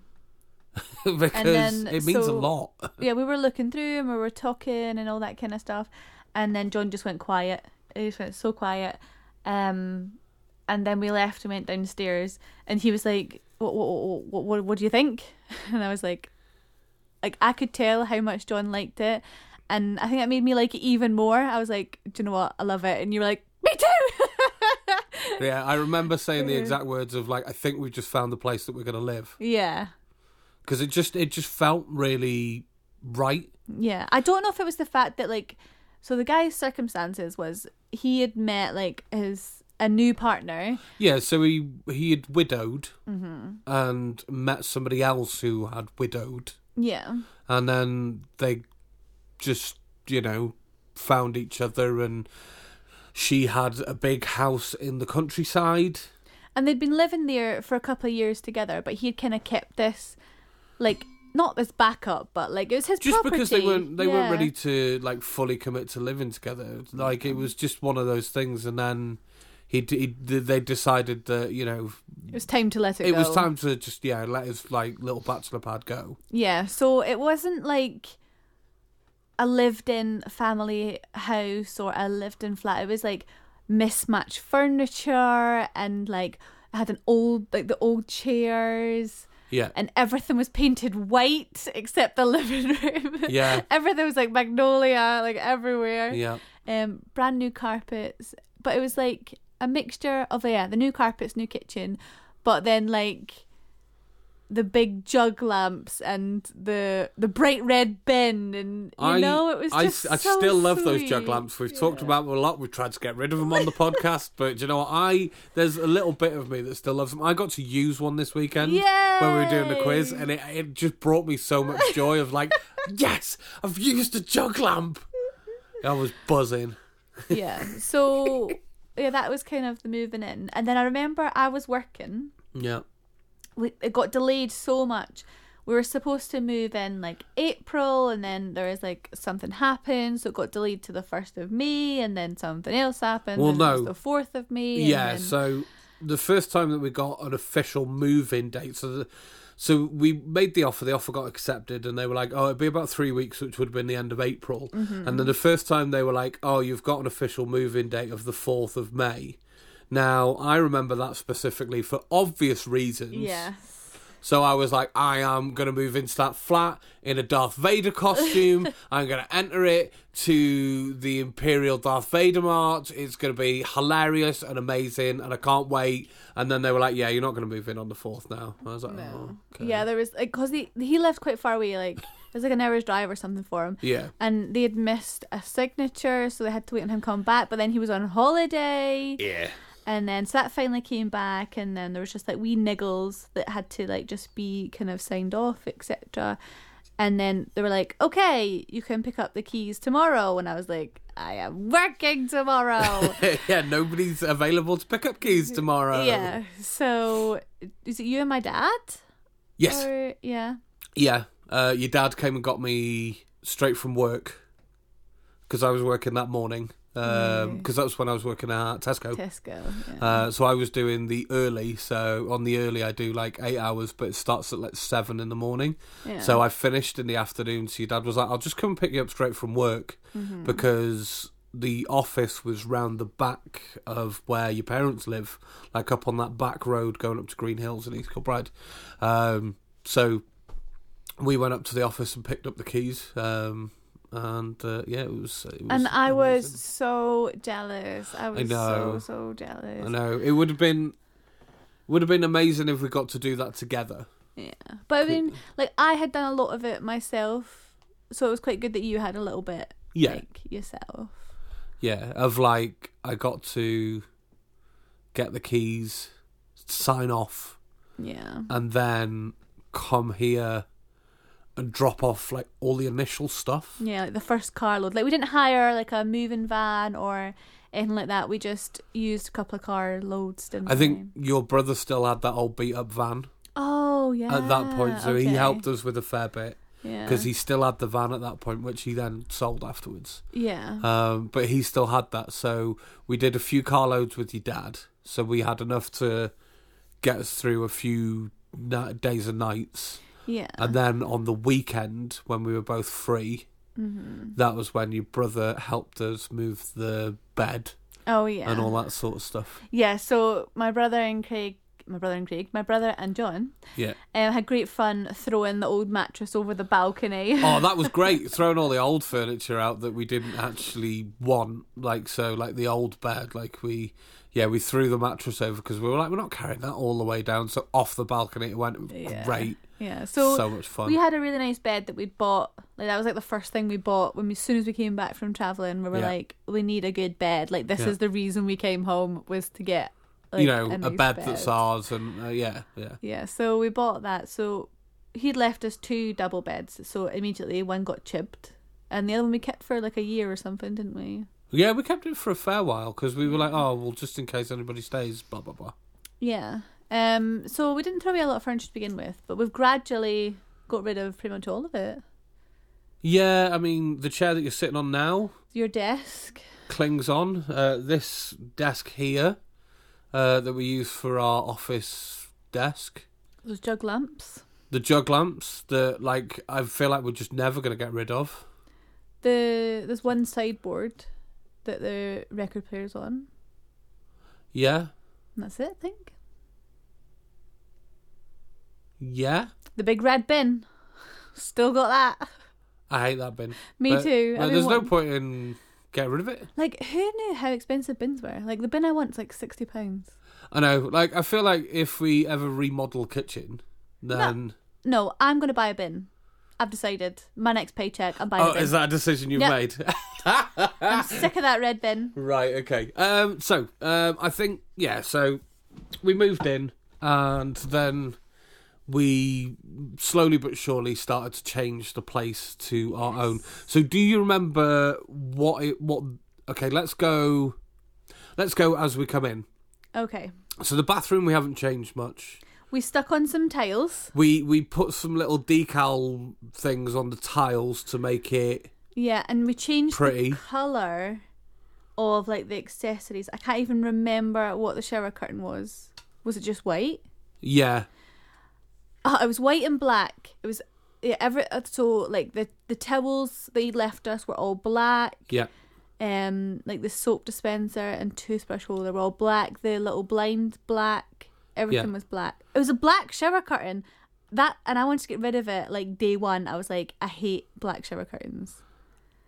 [SPEAKER 1] because
[SPEAKER 2] then,
[SPEAKER 1] it means a
[SPEAKER 2] so-
[SPEAKER 1] lot.
[SPEAKER 2] yeah, we were looking through and we were talking and all that kind of stuff. And then John just went quiet. He just went so quiet. Um, and then we left and went downstairs. And he was like, "What? What? What? What, what do you think?" And I was like, "Like I could tell how much John liked it." And I think that made me like it even more. I was like, "Do you know what? I love it." And you were like, "Me too."
[SPEAKER 1] yeah, I remember saying the exact words of like, I think we've just found the place that we're gonna live
[SPEAKER 2] yeah,
[SPEAKER 1] because it just it just felt really right.
[SPEAKER 2] Yeah, I don't know if it was the fact that like, so the guy's circumstances was he had met like his a new partner.
[SPEAKER 1] Yeah, so he he had widowed
[SPEAKER 2] Mm-hmm.
[SPEAKER 1] and met somebody else who had widowed,
[SPEAKER 2] Yeah,
[SPEAKER 1] and then they just you know found each other, and she had a big house in the countryside.
[SPEAKER 2] and they'd been living there for a couple of years together, but he had kind of kept this, like not this backup, but like it was his
[SPEAKER 1] Just because they
[SPEAKER 2] property.
[SPEAKER 1] weren't they weren't
[SPEAKER 2] Yeah.
[SPEAKER 1] ready to like fully commit to living together, like it was just one of those things, and then. He, d- he, they decided that you know
[SPEAKER 2] It was time to let it.
[SPEAKER 1] it
[SPEAKER 2] go.
[SPEAKER 1] was time to just yeah let his like little bachelor pad go.
[SPEAKER 2] Yeah, so it wasn't like a lived in family house or a lived in flat. It was like mismatched furniture and like I had an old like the old chairs
[SPEAKER 1] Yeah,
[SPEAKER 2] and everything was painted white except the living room.
[SPEAKER 1] Yeah.
[SPEAKER 2] everything was like magnolia, like everywhere.
[SPEAKER 1] yeah,
[SPEAKER 2] Um brand new carpets. But it was like uh, a mixture of yeah, the new carpets, new kitchen, but then like the big jug lamps and the the bright red bin and you know it was
[SPEAKER 1] I,
[SPEAKER 2] just
[SPEAKER 1] I
[SPEAKER 2] so
[SPEAKER 1] still love those jug
[SPEAKER 2] sweet.
[SPEAKER 1] lamps. We've talked about them a lot. We've tried to get rid of them on the podcast, but do you know what? I there's a little bit of me that still loves them. I got to use one this weekend when we were doing the quiz,
[SPEAKER 2] Yay!
[SPEAKER 1] and it, it just brought me so much joy of like, yes, I've used a jug lamp. I was buzzing.
[SPEAKER 2] yeah. So yeah, that was kind of the moving in. And then I remember I was working.
[SPEAKER 1] Yeah,
[SPEAKER 2] We, it got delayed so much. We were supposed to move in like April, and then there was like something happened, so it got delayed to the first of May, and then something else happened.
[SPEAKER 1] Well,
[SPEAKER 2] and it was
[SPEAKER 1] no.
[SPEAKER 2] the fourth of May. and
[SPEAKER 1] yeah.
[SPEAKER 2] then-
[SPEAKER 1] So the first time that we got an official move-in date, so the, so we made the offer. The offer got accepted, and they were like, "Oh, it'd be about three weeks," which would have been the end of April.
[SPEAKER 2] Mm-hmm,
[SPEAKER 1] And then the first time they were like, "Oh, you've got an official move-in date of the fourth of May." Now I remember that specifically for obvious reasons.
[SPEAKER 2] yeah,
[SPEAKER 1] So I was like, I am going to move into that flat in a Darth Vader costume. I'm going to enter it to the Imperial Darth Vader March. It's going to be hilarious and amazing, and I can't wait. And then they were like, Yeah, you're not going to move in on the 4th now. I was like,
[SPEAKER 2] No.
[SPEAKER 1] Oh, okay.
[SPEAKER 2] yeah. There was like because he he lived quite far away, like it was like an hour's drive or something for him.
[SPEAKER 1] Yeah.
[SPEAKER 2] And they had missed a signature, so they had to wait on him to come back. But then he was on holiday.
[SPEAKER 1] Yeah.
[SPEAKER 2] And then so that finally came back, and then there was just like wee niggles that had to like just be kind of signed off, etc. And then they were like, "Okay, you can pick up the keys tomorrow." And I was like, "I am working tomorrow."
[SPEAKER 1] yeah, nobody's available to pick up keys tomorrow.
[SPEAKER 2] yeah. So is it you and my dad?
[SPEAKER 1] Yes.
[SPEAKER 2] Or, yeah.
[SPEAKER 1] Yeah. Uh, your dad came and got me straight from work because I was working that morning. Because that was when I was working at Tesco.
[SPEAKER 2] Tesco. Yeah.
[SPEAKER 1] Uh, so I was doing the early. So on the early, I do like eight hours, but it starts at like seven in the morning.
[SPEAKER 2] Yeah.
[SPEAKER 1] So I finished in the afternoon. So your dad was like, "I'll just come and pick you up straight from work,"
[SPEAKER 2] Mm-hmm.
[SPEAKER 1] because the office was round the back of where your parents live, like up on that back road going up to Green Hills and East Kilbride. Um, so we went up to the office and picked up the keys. Um, and uh, yeah, it was. It was
[SPEAKER 2] and I was
[SPEAKER 1] amazing.
[SPEAKER 2] so jealous. I was
[SPEAKER 1] know.
[SPEAKER 2] so so jealous.
[SPEAKER 1] I know it would have been would have been amazing if we got to do that together.
[SPEAKER 2] Yeah. But I mean, like I had done a lot of it myself, so it was quite good that you had a little bit
[SPEAKER 1] Yeah,
[SPEAKER 2] like yourself.
[SPEAKER 1] yeah. Of like, I got to get the keys, sign off,
[SPEAKER 2] Yeah.
[SPEAKER 1] and then come here and drop off like all the initial stuff.
[SPEAKER 2] Yeah, like the first carload. Like we didn't hire like a moving van or anything like that. We just used a couple of carloads, didn't
[SPEAKER 1] I think
[SPEAKER 2] we?
[SPEAKER 1] your brother still had that old beat up van
[SPEAKER 2] Oh yeah.
[SPEAKER 1] at that point, so he
[SPEAKER 2] okay.
[SPEAKER 1] helped us with a fair bit
[SPEAKER 2] Yeah.
[SPEAKER 1] because he still had the van at that point, which he then sold afterwards.
[SPEAKER 2] Yeah.
[SPEAKER 1] Um, but he still had that. So we did a few carloads with your dad. So we had enough to get us through a few na- days and nights.
[SPEAKER 2] yeah.
[SPEAKER 1] And then on the weekend, when we were both free, that was when your brother helped us move the bed
[SPEAKER 2] oh yeah.
[SPEAKER 1] and all that sort of stuff.
[SPEAKER 2] Yeah. So my brother and Craig, my brother and Craig, my brother and John,
[SPEAKER 1] Yeah.
[SPEAKER 2] um, had great fun throwing the old mattress over the balcony.
[SPEAKER 1] Oh, that was great. Throwing all the old furniture out that we didn't actually want. Like, so, like the old bed, like we, yeah, we threw the mattress over because we were like, we're not carrying that all the way down. So, off the balcony, it went
[SPEAKER 2] Yeah.
[SPEAKER 1] great.
[SPEAKER 2] yeah. So.
[SPEAKER 1] so much fun.
[SPEAKER 2] we had a really nice bed that we'd bought. Like that was like the first thing we bought when we, as soon as we came back from traveling. We were
[SPEAKER 1] Yeah.
[SPEAKER 2] like, we need a good bed. Like this
[SPEAKER 1] Yeah.
[SPEAKER 2] is the reason we came home was to get, like,
[SPEAKER 1] you know, a,
[SPEAKER 2] nice
[SPEAKER 1] bed, that's ours, and uh, yeah, yeah,
[SPEAKER 2] Yeah, so we bought that. So he'd left us two double beds. So immediately one got chipped, and the other one we kept for like a year or something, didn't we?
[SPEAKER 1] yeah. We kept it for a fair while because we were
[SPEAKER 2] Mm.
[SPEAKER 1] like, oh, well, just in case anybody stays, blah blah blah.
[SPEAKER 2] Yeah. Um. So we didn't throw away a lot of furniture to begin with, but we've gradually got rid of pretty much all of it.
[SPEAKER 1] Yeah, I mean, the chair that you're sitting on now
[SPEAKER 2] Your desk.
[SPEAKER 1] clings on. Uh, this desk here uh, that we use for our office desk.
[SPEAKER 2] Those jug lamps.
[SPEAKER 1] the jug lamps that like I feel like we're just never gonna get rid of.
[SPEAKER 2] The there's one sideboard that the record player's on.
[SPEAKER 1] Yeah,
[SPEAKER 2] And that's it, I think.
[SPEAKER 1] yeah.
[SPEAKER 2] The big red bin. Still got that.
[SPEAKER 1] I hate that bin.
[SPEAKER 2] Me
[SPEAKER 1] But-
[SPEAKER 2] too. I
[SPEAKER 1] but
[SPEAKER 2] mean,
[SPEAKER 1] there's no
[SPEAKER 2] what-
[SPEAKER 1] point in getting rid of it.
[SPEAKER 2] Like who knew how expensive bins were? Like the bin I want's like sixty pounds.
[SPEAKER 1] I know. Like I feel like if we ever remodel kitchen, then
[SPEAKER 2] No, I'm going to buy a bin. I've decided. My next paycheck, I'm buying
[SPEAKER 1] oh,
[SPEAKER 2] a bin.
[SPEAKER 1] is that a decision you've
[SPEAKER 2] Yep.
[SPEAKER 1] made?
[SPEAKER 2] I'm sick of that red bin.
[SPEAKER 1] Right. Okay. Um. So, um. I think yeah. So, we moved in, and then we slowly but surely started to change the place to our own. So, do you remember what it? What? Okay. Let's go. Let's go as we come in.
[SPEAKER 2] Okay.
[SPEAKER 1] So the bathroom we haven't changed much.
[SPEAKER 2] We stuck on some tiles.
[SPEAKER 1] We we put some little decal things on the tiles to make it
[SPEAKER 2] Yeah, and we changed
[SPEAKER 1] Pretty.
[SPEAKER 2] the colour of like the accessories. I can't even remember what the shower curtain was. Was it just white?
[SPEAKER 1] yeah
[SPEAKER 2] Oh, it was white and black. It was yeah, every uh, so like the the towels they left us were all black.
[SPEAKER 1] yeah
[SPEAKER 2] Um, like the soap dispenser and toothbrush holder were all black. The little blind black. Everything was black. It was a black shower curtain. That and I wanted to get rid of it like day one. I was like, I hate black shower curtains.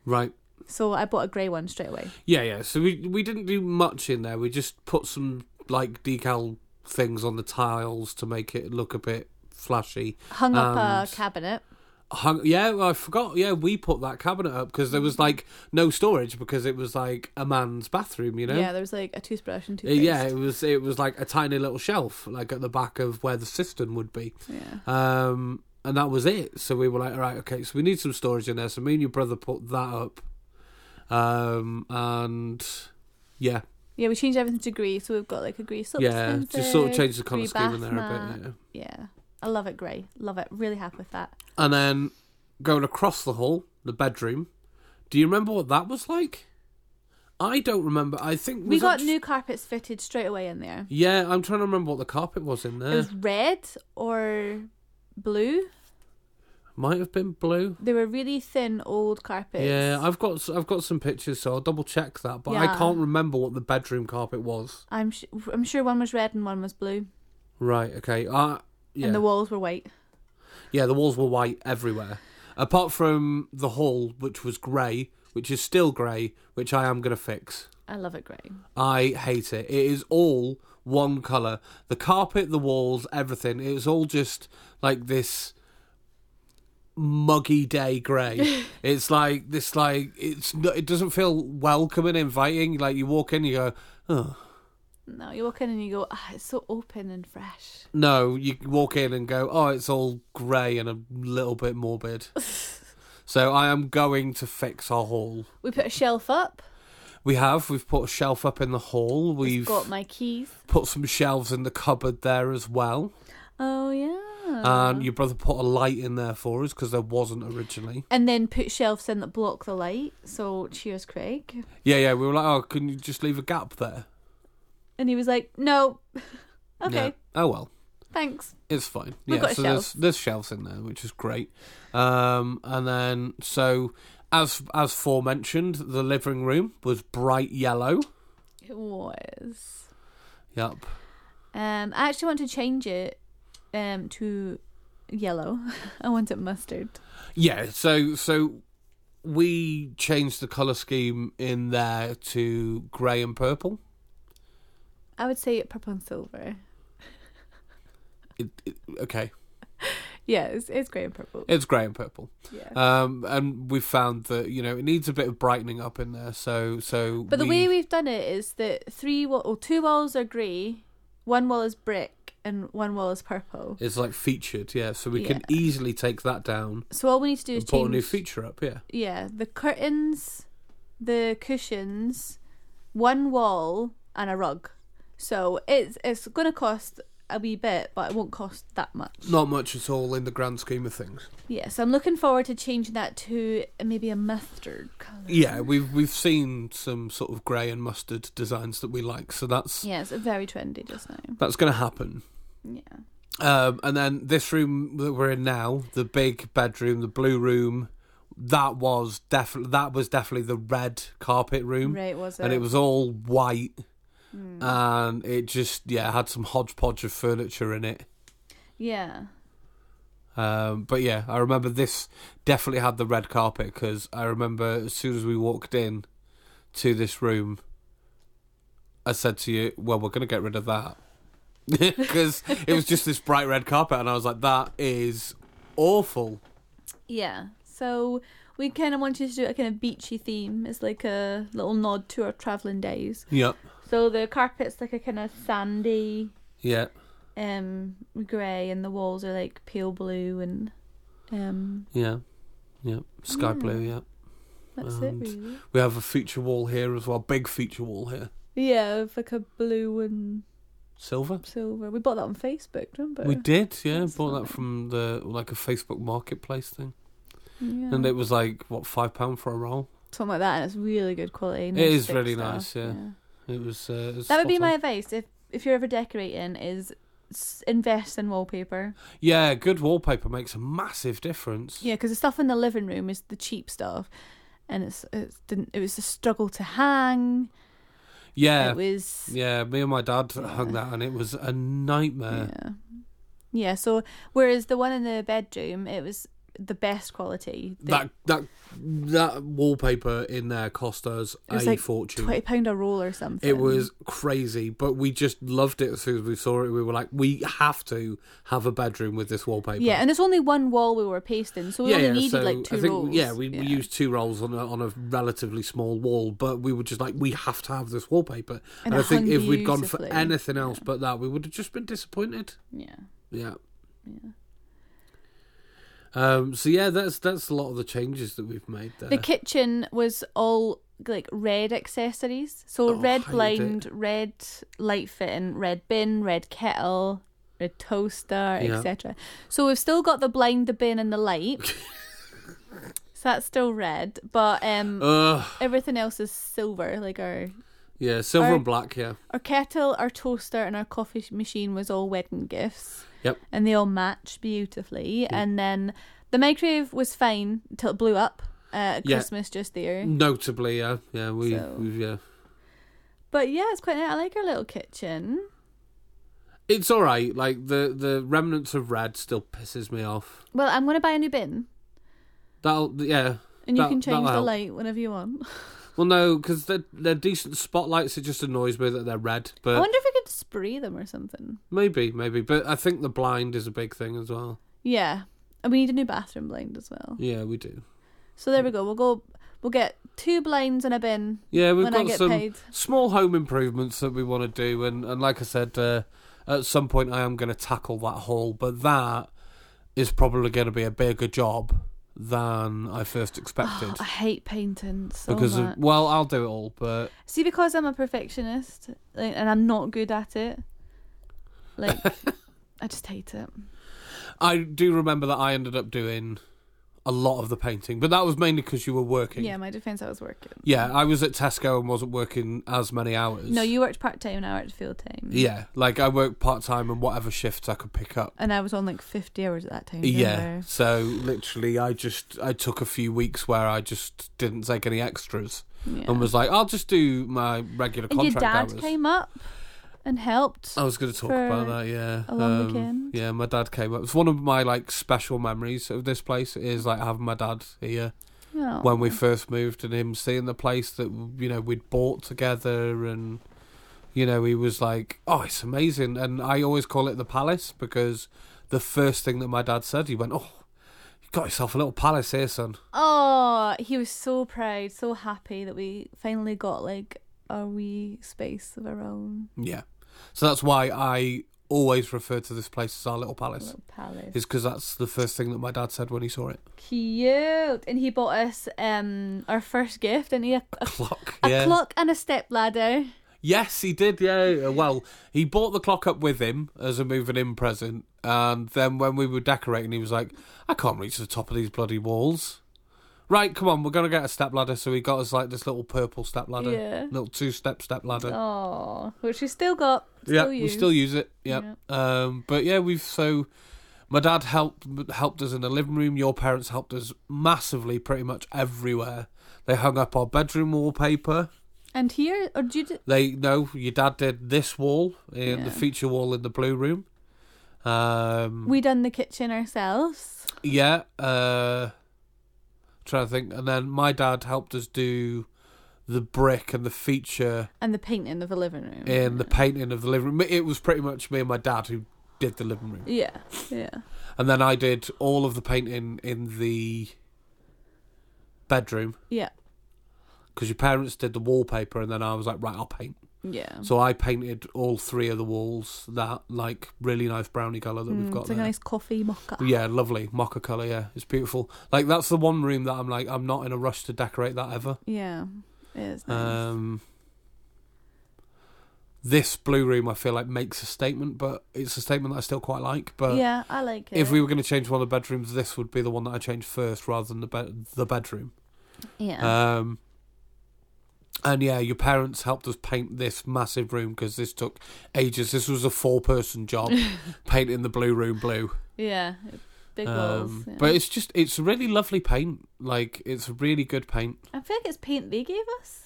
[SPEAKER 1] right
[SPEAKER 2] So I bought a grey one straight away.
[SPEAKER 1] yeah yeah. So we we didn't do much in there. We just put some like decal things on the tiles to make it look a bit flashy.
[SPEAKER 2] Hung up
[SPEAKER 1] And-
[SPEAKER 2] a cabinet.
[SPEAKER 1] Hung, yeah, well, I forgot. Yeah, we put that cabinet up because there was like no storage because it was like a man's bathroom. You know.
[SPEAKER 2] Yeah, there was like a toothbrush and
[SPEAKER 1] Uh,
[SPEAKER 2] toothpaste.
[SPEAKER 1] Yeah, it was it was like a tiny little shelf, like at the back of where the cistern would be.
[SPEAKER 2] Yeah.
[SPEAKER 1] Um, and that was it. So we were like, all right, okay, so we need some storage in there. So me and your brother put that up. Um, and yeah,
[SPEAKER 2] Yeah, we changed everything to grey, so we've got like a grey soap.
[SPEAKER 1] yeah,
[SPEAKER 2] dispenser,
[SPEAKER 1] just sort of changed the colour
[SPEAKER 2] grey
[SPEAKER 1] scheme in
[SPEAKER 2] bath
[SPEAKER 1] there a
[SPEAKER 2] mat.
[SPEAKER 1] bit. Yeah.
[SPEAKER 2] Yeah. I love it grey. Love it. Really happy with that.
[SPEAKER 1] And then going across the hall, the bedroom. Do you remember what that was like? I don't remember. I think
[SPEAKER 2] we
[SPEAKER 1] was that
[SPEAKER 2] got
[SPEAKER 1] just-
[SPEAKER 2] new carpets fitted straight away in there.
[SPEAKER 1] Yeah, I'm trying to remember what the carpet was in there.
[SPEAKER 2] It was red or blue.
[SPEAKER 1] Might have been blue.
[SPEAKER 2] They were really thin old carpets.
[SPEAKER 1] Yeah, I've got s- I've got some pictures, so I'll double check that. But I
[SPEAKER 2] Yeah.
[SPEAKER 1] can't remember what the bedroom carpet was.
[SPEAKER 2] I'm sh- I'm sure one was red and one was blue,
[SPEAKER 1] Right. Okay. Uh, yeah.
[SPEAKER 2] and the walls were white.
[SPEAKER 1] yeah. The walls were white everywhere, apart from the hall, which was grey, which is still grey, which I am gonna fix.
[SPEAKER 2] I love it grey.
[SPEAKER 1] I hate it. It is all one color. The carpet, the walls, everything. It's all just like this muggy day grey. it's like this. Like it's. no- It doesn't feel welcome and inviting. Like you walk in, you go, oh.
[SPEAKER 2] No, you walk in and you go, ah, it's so open and fresh.
[SPEAKER 1] No, you walk in and go, oh, it's all grey and a little bit morbid. so I am going to fix our hall.
[SPEAKER 2] We put a shelf up.
[SPEAKER 1] We have. We've put a shelf up in the hall. We've
[SPEAKER 2] It's got my keys.
[SPEAKER 1] put some shelves in the cupboard there as well.
[SPEAKER 2] Oh yeah.
[SPEAKER 1] And your brother put a light in there for us because there wasn't originally.
[SPEAKER 2] and then put shelves in that block the light. So cheers, Craig.
[SPEAKER 1] Yeah, yeah. We were like, oh, can you just leave a gap there?
[SPEAKER 2] And he was like, no. okay,
[SPEAKER 1] Yeah. Oh well.
[SPEAKER 2] thanks.
[SPEAKER 1] It's fine.
[SPEAKER 2] We've
[SPEAKER 1] yeah,
[SPEAKER 2] got a
[SPEAKER 1] so there's there's shelves in there, which is great. Um, and then so as as forementioned, the living room was bright yellow.
[SPEAKER 2] It was.
[SPEAKER 1] Yep.
[SPEAKER 2] Um, I actually want to change it, um, to yellow. I want it mustard.
[SPEAKER 1] Yeah. So so we changed the color scheme in there to grey and purple.
[SPEAKER 2] I would say purple and silver.
[SPEAKER 1] It, it, okay,
[SPEAKER 2] Yeah, it's, it's grey and purple.
[SPEAKER 1] it's grey and purple.
[SPEAKER 2] Yeah.
[SPEAKER 1] Um, and we found that you know it needs a bit of brightening up in there. So so.
[SPEAKER 2] But the
[SPEAKER 1] we-
[SPEAKER 2] way we've done it is that three wa- or two walls are grey, one wall is brick, and one wall is purple.
[SPEAKER 1] it's like featured, yeah. So we can
[SPEAKER 2] Yeah.
[SPEAKER 1] easily take that down
[SPEAKER 2] So all we need to do is
[SPEAKER 1] and put a new
[SPEAKER 2] change.
[SPEAKER 1] feature up. Yeah.
[SPEAKER 2] yeah, the curtains, the cushions, one wall, and a rug. So it's it's gonna cost a wee bit, but it won't cost that much.
[SPEAKER 1] Not much at all in the grand scheme of things.
[SPEAKER 2] Yeah, so I'm looking forward to changing that to maybe a mustard colour.
[SPEAKER 1] Yeah, we've we've seen some sort of grey and mustard designs that we like, so that's
[SPEAKER 2] Yeah, it's very trendy just now.
[SPEAKER 1] that's going to happen.
[SPEAKER 2] Yeah.
[SPEAKER 1] Um, and then this room that we're in now, the big bedroom, the blue room, that was definitely that was definitely the red carpet room,
[SPEAKER 2] Right, was it?
[SPEAKER 1] and it was all white, and it just yeah had some hodgepodge of furniture in it.
[SPEAKER 2] Yeah.
[SPEAKER 1] Um, but yeah, I remember this definitely had the red carpet because I remember as soon as we walked in to this room, I said to you, "Well, we're going to get rid of that because it was just this bright red carpet, and I was like, that is awful.
[SPEAKER 2] Yeah. So we kind of wanted to do a kind of beachy theme as like a little nod to our traveling days.
[SPEAKER 1] Yep.
[SPEAKER 2] So the carpet's like a kind of sandy
[SPEAKER 1] Yeah.
[SPEAKER 2] um grey and the walls are like pale blue and um
[SPEAKER 1] Yeah. Yep. Sky blue. Yeah.
[SPEAKER 2] that's
[SPEAKER 1] And-
[SPEAKER 2] it really.
[SPEAKER 1] We have a feature wall here as well. Big feature wall here.
[SPEAKER 2] Yeah, with like a blue and
[SPEAKER 1] Silver.
[SPEAKER 2] silver. We bought that on Facebook, didn't
[SPEAKER 1] We
[SPEAKER 2] we?
[SPEAKER 1] did, yeah.
[SPEAKER 2] That's
[SPEAKER 1] bought that
[SPEAKER 2] fine.
[SPEAKER 1] from the like a Facebook marketplace thing,
[SPEAKER 2] Yeah.
[SPEAKER 1] and it was like what five pound for a roll.
[SPEAKER 2] something like that, and it's really good quality.
[SPEAKER 1] It is
[SPEAKER 2] thick
[SPEAKER 1] really
[SPEAKER 2] stuff,
[SPEAKER 1] nice, yeah. It was. Uh, it was
[SPEAKER 2] That would be
[SPEAKER 1] spot on.
[SPEAKER 2] my advice if if you're ever decorating is s- invest in wallpaper.
[SPEAKER 1] Yeah, good wallpaper makes a massive difference.
[SPEAKER 2] Yeah, because the stuff in the living room is the cheap stuff, and it's it didn't it was a struggle to hang.
[SPEAKER 1] Yeah.
[SPEAKER 2] It was
[SPEAKER 1] Yeah, me and my dad hung that, and it was a nightmare.
[SPEAKER 2] yeah. Yeah, so whereas the one in the bedroom, it was the best quality. The
[SPEAKER 1] That that that wallpaper in there cost us
[SPEAKER 2] It was
[SPEAKER 1] a
[SPEAKER 2] like
[SPEAKER 1] fortune.
[SPEAKER 2] twenty pound a roll or something.
[SPEAKER 1] It was crazy, but we just loved it as soon as we saw it. We were like, we have to have a bedroom with this wallpaper.
[SPEAKER 2] yeah, and there's only one wall we were pasting, so we only needed like two
[SPEAKER 1] I think,
[SPEAKER 2] rolls.
[SPEAKER 1] Yeah, we, we used two rolls on a, on a relatively small wall, but we were just like, we have to have this wallpaper. And,
[SPEAKER 2] And it
[SPEAKER 1] I think
[SPEAKER 2] hung
[SPEAKER 1] if we'd gone for
[SPEAKER 2] beautifully.
[SPEAKER 1] anything else but that, we would have just been disappointed.
[SPEAKER 2] yeah.
[SPEAKER 1] Yeah.
[SPEAKER 2] Yeah.
[SPEAKER 1] Um, so yeah, that's that's a lot of the changes that we've made there.
[SPEAKER 2] The kitchen was all like red accessories. So
[SPEAKER 1] Oh,
[SPEAKER 2] red
[SPEAKER 1] hated
[SPEAKER 2] blind, red light fitting, red bin, red kettle, red toaster,
[SPEAKER 1] Yeah.
[SPEAKER 2] etc. So we've still got the blind, the bin, and the light. so that's still red, but um,
[SPEAKER 1] Ugh.
[SPEAKER 2] everything else is silver. Like our
[SPEAKER 1] yeah, silver
[SPEAKER 2] Our-
[SPEAKER 1] and black. Yeah,
[SPEAKER 2] our kettle, our toaster, and our coffee sh- machine was all wedding gifts.
[SPEAKER 1] Yep.
[SPEAKER 2] And they all matched beautifully. And then the microwave was fine till it blew up. Uh, at
[SPEAKER 1] Yeah.
[SPEAKER 2] Christmas just there.
[SPEAKER 1] notably. Yeah, yeah, we,
[SPEAKER 2] So-
[SPEAKER 1] we yeah.
[SPEAKER 2] But yeah, it's quite nice. I like our little kitchen.
[SPEAKER 1] It's all right. Like the the remnants of red still pisses me off.
[SPEAKER 2] Well, I'm going to buy a new bin.
[SPEAKER 1] That'll yeah.
[SPEAKER 2] And you
[SPEAKER 1] That-
[SPEAKER 2] can change
[SPEAKER 1] that'll
[SPEAKER 2] the
[SPEAKER 1] help.
[SPEAKER 2] light whenever you want.
[SPEAKER 1] Well, no, because they're they're decent spotlights. It just annoys me that they're red.
[SPEAKER 2] I
[SPEAKER 1] But
[SPEAKER 2] wonder if we could spray them or something.
[SPEAKER 1] maybe, maybe. But I think the blind is a big thing as well.
[SPEAKER 2] Yeah. And we need a new bathroom blind as well.
[SPEAKER 1] Yeah, we do.
[SPEAKER 2] So there we go. We'll go. We'll get two blinds and a bin
[SPEAKER 1] Yeah, we've
[SPEAKER 2] when I
[SPEAKER 1] got
[SPEAKER 2] get
[SPEAKER 1] some
[SPEAKER 2] paid.
[SPEAKER 1] small home improvements that we want to do, and and like I said, uh, at some point I am going to tackle that hall, but that is probably going to be a bigger job than I first expected.
[SPEAKER 2] I hate painting so
[SPEAKER 1] because
[SPEAKER 2] much.
[SPEAKER 1] of, well, I'll do it all, but
[SPEAKER 2] See, because I'm a perfectionist like, and I'm not good at it, like, I just hate it.
[SPEAKER 1] I do remember that I ended up doing a lot of the painting, but that was mainly because you were working.
[SPEAKER 2] Yeah, my defense, I was working.
[SPEAKER 1] Yeah, I was at Tesco and wasn't working as many hours.
[SPEAKER 2] No, you worked part time and I worked full time.
[SPEAKER 1] Yeah, like I worked part time and whatever shifts I could pick up.
[SPEAKER 2] And I was on like 50 hours at that time.
[SPEAKER 1] Yeah.
[SPEAKER 2] remember?
[SPEAKER 1] So literally, I just I took a few weeks where I just didn't take any extras
[SPEAKER 2] Yeah.
[SPEAKER 1] and was like, I'll just do my regular
[SPEAKER 2] And your
[SPEAKER 1] contract
[SPEAKER 2] dad
[SPEAKER 1] hours. Uh,
[SPEAKER 2] came up and helped.
[SPEAKER 1] I was going to talk
[SPEAKER 2] for
[SPEAKER 1] about that. Yeah. um,
[SPEAKER 2] a long weekend.
[SPEAKER 1] Yeah, my dad came up. It's one of my like special memories of this place is like having my dad here
[SPEAKER 2] Oh.
[SPEAKER 1] when we first moved and him seeing the place that you know we'd bought together and you know he was like oh it's amazing and i always call it the palace because the first thing that my dad said he went oh you got yourself a little palace here son
[SPEAKER 2] Oh, he was so proud, so happy that we finally got like a wee space of our own
[SPEAKER 1] yeah so that's why i always refer to this place as our little palace
[SPEAKER 2] little palace.
[SPEAKER 1] is because that's the first thing that my dad said when he saw it
[SPEAKER 2] Cute. And he bought us um our first gift, and he a, a,
[SPEAKER 1] clock
[SPEAKER 2] a
[SPEAKER 1] yeah
[SPEAKER 2] clock and a step ladder.
[SPEAKER 1] Yes, he did. Yeah. Well, he bought the clock up with him as a moving in present, and then when we were decorating, he was like, "I can't reach the top of these bloody walls." Right, come on, we're gonna get a step ladder. So he got us like this little purple step ladder,
[SPEAKER 2] Yeah.
[SPEAKER 1] little two-step step ladder.
[SPEAKER 2] Oh, which we still got. Still
[SPEAKER 1] yeah, we
[SPEAKER 2] used.
[SPEAKER 1] still use it. Yeah. Um, but yeah, we've so my dad helped helped us in the living room. Your parents helped us massively, pretty much everywhere. They hung up our bedroom wallpaper.
[SPEAKER 2] And here, or do you? Do,
[SPEAKER 1] They no, your dad did this wall in
[SPEAKER 2] Yeah.
[SPEAKER 1] the feature wall in the blue room. Um,
[SPEAKER 2] we done the kitchen ourselves.
[SPEAKER 1] yeah. Uh, trying to think, and then my dad helped us do the brick and the feature
[SPEAKER 2] and the painting of the living room.
[SPEAKER 1] and the painting of the living room. It was pretty much me and my dad who did the living room.
[SPEAKER 2] yeah, yeah.
[SPEAKER 1] And then I did all of the painting in the bedroom
[SPEAKER 2] Yeah,
[SPEAKER 1] because your parents did the wallpaper and then I was like, right, I'll paint.
[SPEAKER 2] yeah.
[SPEAKER 1] So I painted all three of the walls that like really nice brownie colour that we've
[SPEAKER 2] Mm,
[SPEAKER 1] got
[SPEAKER 2] it's
[SPEAKER 1] there.
[SPEAKER 2] like a nice coffee mocha.
[SPEAKER 1] Yeah, lovely mocha color. Yeah, it's beautiful. Like that's the one room that I'm like I'm not in a rush to decorate that ever.
[SPEAKER 2] Yeah, it is Oh, nice.
[SPEAKER 1] Um, this blue room I feel like makes a statement, but it's a statement that I still quite like. But
[SPEAKER 2] yeah, I like it.
[SPEAKER 1] if we were going to change one of the bedrooms, this would be the one that I changed first rather than the bed the bedroom.
[SPEAKER 2] yeah,
[SPEAKER 1] Um, and yeah, your parents helped us paint this massive room because this took ages. This was a four person job painting the blue room blue.
[SPEAKER 2] yeah, big walls.
[SPEAKER 1] Um,
[SPEAKER 2] yeah.
[SPEAKER 1] But it's just it's really lovely paint. Like it's really good paint.
[SPEAKER 2] I feel like it's paint they gave us.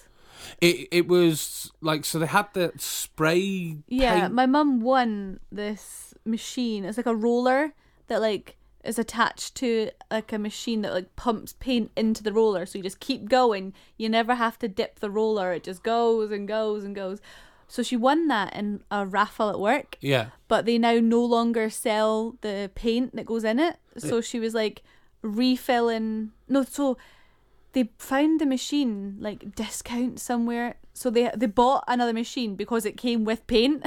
[SPEAKER 1] It it was like so they had that spray.
[SPEAKER 2] Yeah,
[SPEAKER 1] paint.
[SPEAKER 2] my mum won this machine. It's like a roller that like is attached to like a machine that like pumps paint into the roller. So you just keep going. You never have to dip the roller. It just goes and goes and goes. So she won that in a raffle at work,
[SPEAKER 1] yeah.
[SPEAKER 2] but they now no longer sell the paint that goes in it. So she was like refilling. No, so they found the machine like discount somewhere. So they they bought another machine because it came with paint.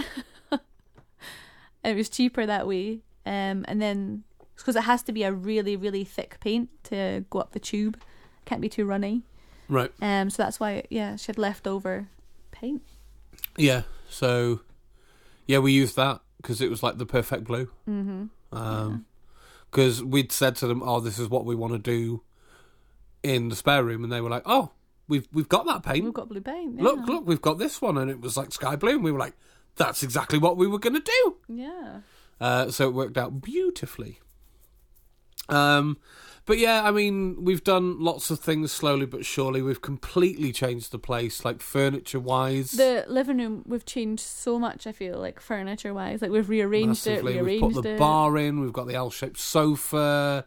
[SPEAKER 2] it was cheaper that way. Um, and then because it has to be a really really thick paint to go up the tube, can't be too runny.
[SPEAKER 1] Right.
[SPEAKER 2] Um, so that's why yeah she had leftover paint.
[SPEAKER 1] Yeah. So yeah, we used that because it was like the perfect blue.
[SPEAKER 2] Mhm.
[SPEAKER 1] Um, because we'd said to them, "Oh, this is what we want to do in the spare room," and they were like, "Oh, we've we've got that paint.
[SPEAKER 2] We've got blue paint. Yeah.
[SPEAKER 1] Look, look, we've got this one," and it was like sky blue, and we were like, "That's exactly what we were going to do."
[SPEAKER 2] Yeah.
[SPEAKER 1] Uh, so it worked out beautifully. Um, but yeah, I mean, we've done lots of things slowly but surely. We've completely changed the place, like furniture wise.
[SPEAKER 2] The living room we've changed so much. I feel like furniture wise, like we've rearranged it,
[SPEAKER 1] massively. We've
[SPEAKER 2] rearranged
[SPEAKER 1] put the
[SPEAKER 2] it.
[SPEAKER 1] bar in. We've got the L-shaped sofa.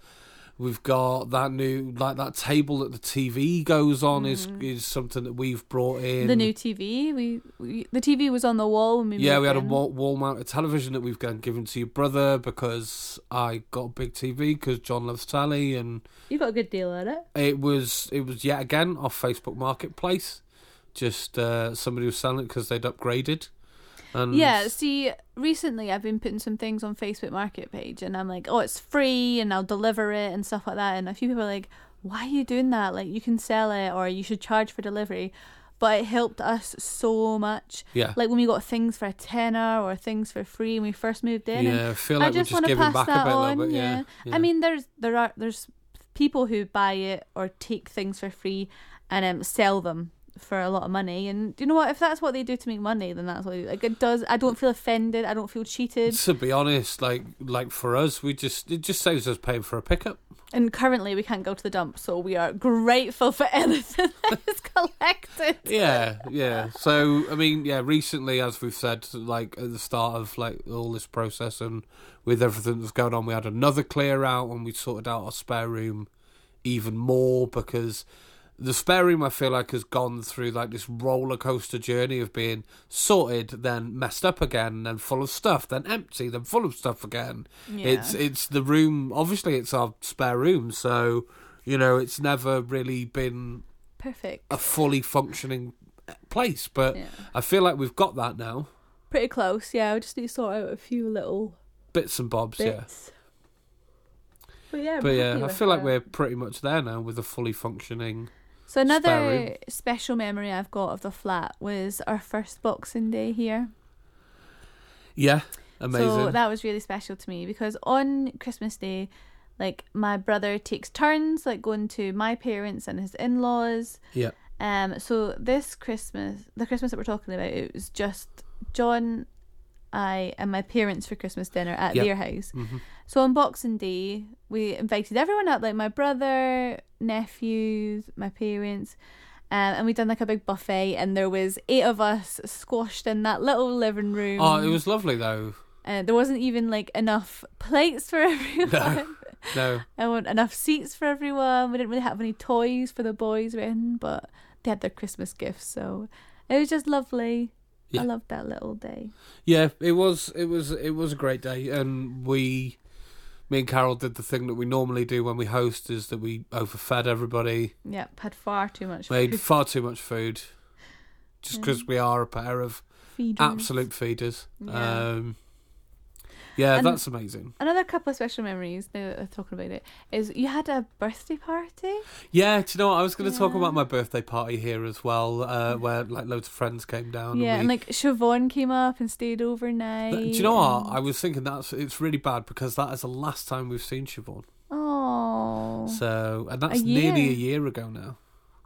[SPEAKER 1] We've got that new, like that table that the TV goes on is is something that we've brought in.
[SPEAKER 2] Mm. the new TV. We, we the TV was on the wall when we
[SPEAKER 1] Yeah,
[SPEAKER 2] moved
[SPEAKER 1] we had a
[SPEAKER 2] in.
[SPEAKER 1] wall, wall mounted television that we've gone- given to your brother because I got a big TV because John loves telly and
[SPEAKER 2] You got a good deal at it.
[SPEAKER 1] it was it was yet again off Facebook Marketplace. Just uh, somebody was selling it because they'd upgraded. And
[SPEAKER 2] Yeah. See, recently I've been putting some things on Facebook Market page, and I'm like, oh, it's free, and I'll deliver it and stuff like that. And a few people are like, why are you doing that? Like, you can sell it, or you should charge for delivery. But it helped us so much.
[SPEAKER 1] yeah,
[SPEAKER 2] Like when we got things for a tenner or things for free when we first moved in. and
[SPEAKER 1] yeah. I feel like
[SPEAKER 2] I just
[SPEAKER 1] we're
[SPEAKER 2] want
[SPEAKER 1] just
[SPEAKER 2] to
[SPEAKER 1] giving
[SPEAKER 2] pass
[SPEAKER 1] back a
[SPEAKER 2] that
[SPEAKER 1] bit,
[SPEAKER 2] on.
[SPEAKER 1] little bit.
[SPEAKER 2] yeah.
[SPEAKER 1] Yeah. yeah.
[SPEAKER 2] I mean, there's there are there's people who buy it or take things for free and um, sell them for a lot of money. And you know what? If that's what they do to make money, then that's what they do. Like it does. I don't feel offended. I don't feel cheated.
[SPEAKER 1] to be honest, like like for us, we just it just saves us paying for a pickup.
[SPEAKER 2] And currently, we can't go to the dump, so we are grateful for anything that is collected.
[SPEAKER 1] Yeah, yeah. So I mean, yeah. Recently, as we've said, like at the start of like all this process and with everything that's going on, we had another clear out and we sorted out our spare room even more because the spare room I feel like has gone through like this roller coaster journey of being sorted, then messed up again, then full of stuff, then empty, then full of stuff again.
[SPEAKER 2] Yeah.
[SPEAKER 1] It's it's the room. Obviously, it's our spare room, so you know it's never really been
[SPEAKER 2] Perfect.
[SPEAKER 1] a fully functioning place. But
[SPEAKER 2] Yeah.
[SPEAKER 1] I feel like we've got that now,
[SPEAKER 2] Pretty close. Yeah, we just need to sort out a few little
[SPEAKER 1] bits and bobs. Yeah,
[SPEAKER 2] bits. But yeah, I'm
[SPEAKER 1] but
[SPEAKER 2] happy
[SPEAKER 1] yeah, I
[SPEAKER 2] with
[SPEAKER 1] feel like
[SPEAKER 2] it.
[SPEAKER 1] we're pretty much there now with a fully functioning. Spare
[SPEAKER 2] So
[SPEAKER 1] room.
[SPEAKER 2] another special memory I've got of the flat was our first Boxing Day here.
[SPEAKER 1] Yeah, amazing.
[SPEAKER 2] So that was really special to me because on Christmas Day, like my brother takes turns like going to my parents and his in-laws.
[SPEAKER 1] yeah,
[SPEAKER 2] Um so this Christmas, the Christmas that we're talking about, it was just John, I and my parents for Christmas dinner at
[SPEAKER 1] Yeah.
[SPEAKER 2] their house.
[SPEAKER 1] hmm
[SPEAKER 2] So on Boxing Day, we invited everyone up, like my brother, nephews, my parents, um, and we done like a big buffet, and there was eight of us squashed in that little living room.
[SPEAKER 1] Oh, it was lovely though.
[SPEAKER 2] Uh, there wasn't even like enough plates for everyone,
[SPEAKER 1] No,
[SPEAKER 2] and enough seats for everyone. We didn't really have any toys for the boys, or anything, but they had their Christmas gifts. So it was just lovely.
[SPEAKER 1] Yeah.
[SPEAKER 2] I loved that little day.
[SPEAKER 1] Yeah, it was it was it was a great day, and we, me and Carol did the thing that we normally do when we host, is that we overfed everybody,
[SPEAKER 2] Yep, had far too much
[SPEAKER 1] made
[SPEAKER 2] food.
[SPEAKER 1] far too much food, just because we are a pair of
[SPEAKER 2] feeders.
[SPEAKER 1] absolute feeders.
[SPEAKER 2] Yeah.
[SPEAKER 1] Um, yeah,
[SPEAKER 2] And-
[SPEAKER 1] that's amazing.
[SPEAKER 2] Another couple of special memories. Now that we're talking about it, is you had a birthday party.
[SPEAKER 1] Yeah, do you know what? I was going to talk
[SPEAKER 2] Yeah.
[SPEAKER 1] about my birthday party here as well, uh, where like loads of friends came down.
[SPEAKER 2] yeah,
[SPEAKER 1] and we,
[SPEAKER 2] and like Siobhan came up and stayed overnight.
[SPEAKER 1] Th- do you know
[SPEAKER 2] um,
[SPEAKER 1] what? I was thinking that's it's really bad because that is the last time we've seen Siobhan.
[SPEAKER 2] Oh,
[SPEAKER 1] So, and that's
[SPEAKER 2] A
[SPEAKER 1] nearly
[SPEAKER 2] year.
[SPEAKER 1] a year ago now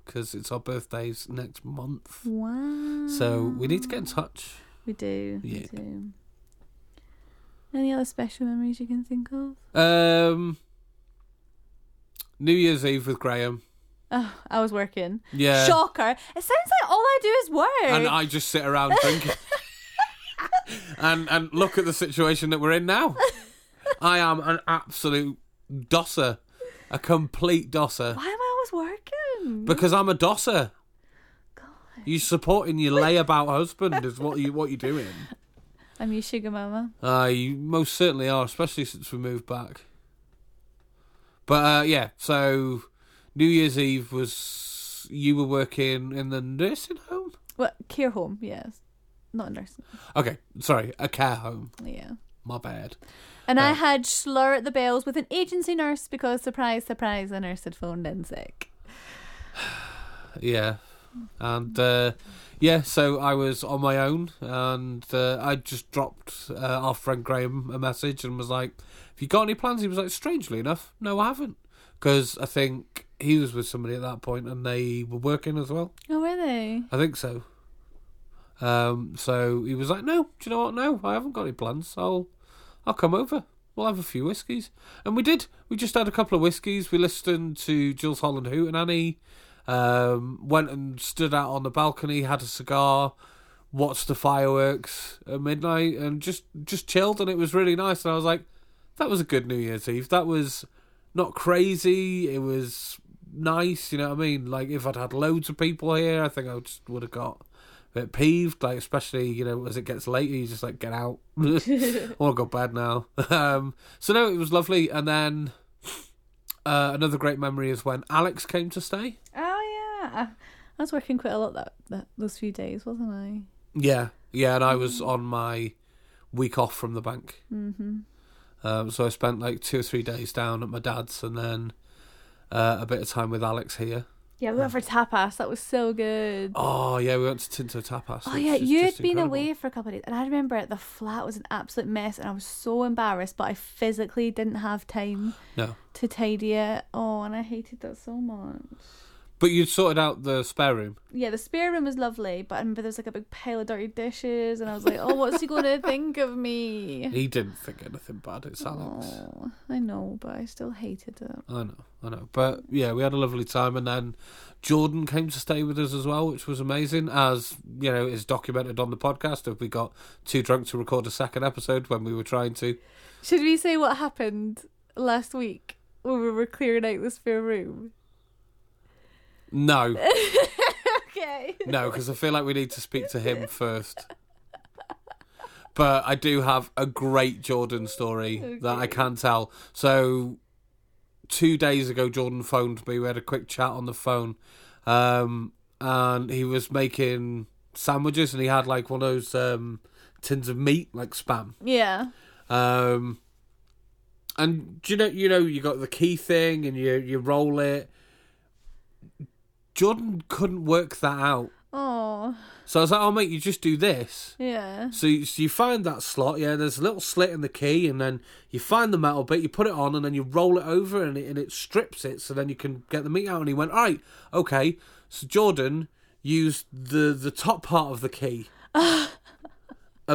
[SPEAKER 1] because it's our birthdays next month.
[SPEAKER 2] wow.
[SPEAKER 1] So we need to get in touch.
[SPEAKER 2] We do.
[SPEAKER 1] Yeah.
[SPEAKER 2] We do. Any other special memories you can think of?
[SPEAKER 1] Um, New Year's Eve with Graham.
[SPEAKER 2] Oh, I was working.
[SPEAKER 1] Yeah,
[SPEAKER 2] Shocker! It sounds like all I do is work.
[SPEAKER 1] and I just sit around drinking. and and look at the situation that we're in now. I am an absolute dosser, a complete dosser.
[SPEAKER 2] Why am I always working?
[SPEAKER 1] Because I'm a dosser. You supporting your layabout husband is what you what you're doing.
[SPEAKER 2] I'm your sugar mama.
[SPEAKER 1] Uh, you most certainly are, especially since we moved back. But uh, yeah, so New Year's Eve was you were working in the nursing home.
[SPEAKER 2] Well, care home, yes. Not a nursing.
[SPEAKER 1] Okay, sorry, a care home.
[SPEAKER 2] Yeah.
[SPEAKER 1] My bad.
[SPEAKER 2] And I
[SPEAKER 1] Oh.
[SPEAKER 2] had slur at the bells with an agency nurse because, surprise, surprise, the nurse had phoned in sick.
[SPEAKER 1] Yeah, and uh, yeah, so I was on my own, and uh, I just dropped uh, our friend Graham a message and was like, "Have you got any plans?" He was like, "Strangely enough, no, I haven't," because I think he was with somebody at that point, and they were working as well.
[SPEAKER 2] Oh, were they?
[SPEAKER 1] I think so. Um, so he was like, "No, do you know what? No, I haven't got any plans. I'll, I'll come over. We'll have a few whiskies." And we did. We just had a couple of whiskies. We listened to Jules Holland Hoot and Annie. Um, went and stood out on the balcony, had a cigar, watched the fireworks at midnight, and just just chilled. And it was really nice. And I was like, "That was a good New Year's Eve. That was not crazy. It was nice, you know what I mean? Like if I'd had loads of people here, I think I just would have got a bit peeved. Like especially you know as it gets later, you just like get out. I want to go to bed now. Um, so no, it was lovely. And then uh, another great memory is when Alex came to stay.
[SPEAKER 2] Oh, yeah. I I was working quite a lot that, that those few days, wasn't I?
[SPEAKER 1] Yeah, yeah, and I
[SPEAKER 2] Mm.
[SPEAKER 1] was on my week off from the bank.
[SPEAKER 2] Mm-hmm.
[SPEAKER 1] Um, so I spent like two or three days down at my dad's, and then uh, a bit of time with Alex here.
[SPEAKER 2] Yeah, we went for tapas. That was so good.
[SPEAKER 1] Oh yeah, we went to Tinto Tapas.
[SPEAKER 2] Oh
[SPEAKER 1] which
[SPEAKER 2] yeah,
[SPEAKER 1] is
[SPEAKER 2] you had
[SPEAKER 1] just
[SPEAKER 2] been
[SPEAKER 1] incredible.
[SPEAKER 2] away for a couple of days, and I remember the flat was an absolute mess, and I was so embarrassed, but I physically didn't have time
[SPEAKER 1] No.
[SPEAKER 2] to tidy it. Oh, and I hated that so much.
[SPEAKER 1] But you'd sorted out the spare room.
[SPEAKER 2] Yeah, the spare room was lovely, but I remember there was like a big pile of dirty dishes, and I was like, "Oh, what's he going to think of me?"
[SPEAKER 1] He didn't think anything bad. It's Alex.
[SPEAKER 2] Oh, I know, but I still hated it.
[SPEAKER 1] I know, I know. But yeah, we had a lovely time, and then Jordan came to stay with us as well, which was amazing. As you know, is documented on the podcast. If we got too drunk to record a second episode when we were trying to,
[SPEAKER 2] Should we say what happened last week when we were clearing out the spare room?
[SPEAKER 1] no,
[SPEAKER 2] Okay.
[SPEAKER 1] no, because I feel like we need to speak to him first. But I do have a great Jordan story that I
[SPEAKER 2] Okay.
[SPEAKER 1] can tell. So, two days ago, Jordan phoned me. We had a quick chat on the phone, um, and he was making sandwiches, and he had like one of those um, tins of meat, like spam.
[SPEAKER 2] Yeah.
[SPEAKER 1] Um, and do you know, you know, you got the key thing, and you you roll it. Jordan couldn't work that out.
[SPEAKER 2] Oh,
[SPEAKER 1] So I was like, oh, mate, you just do this.
[SPEAKER 2] yeah.
[SPEAKER 1] So you, so you find that slot, yeah, there's a little slit in the key, and then you find the metal bit, you put it on, and then you roll it over, and it, and it strips it, so then you can get the meat out. And he went, all right, okay. So Jordan used the, the top part of the key, of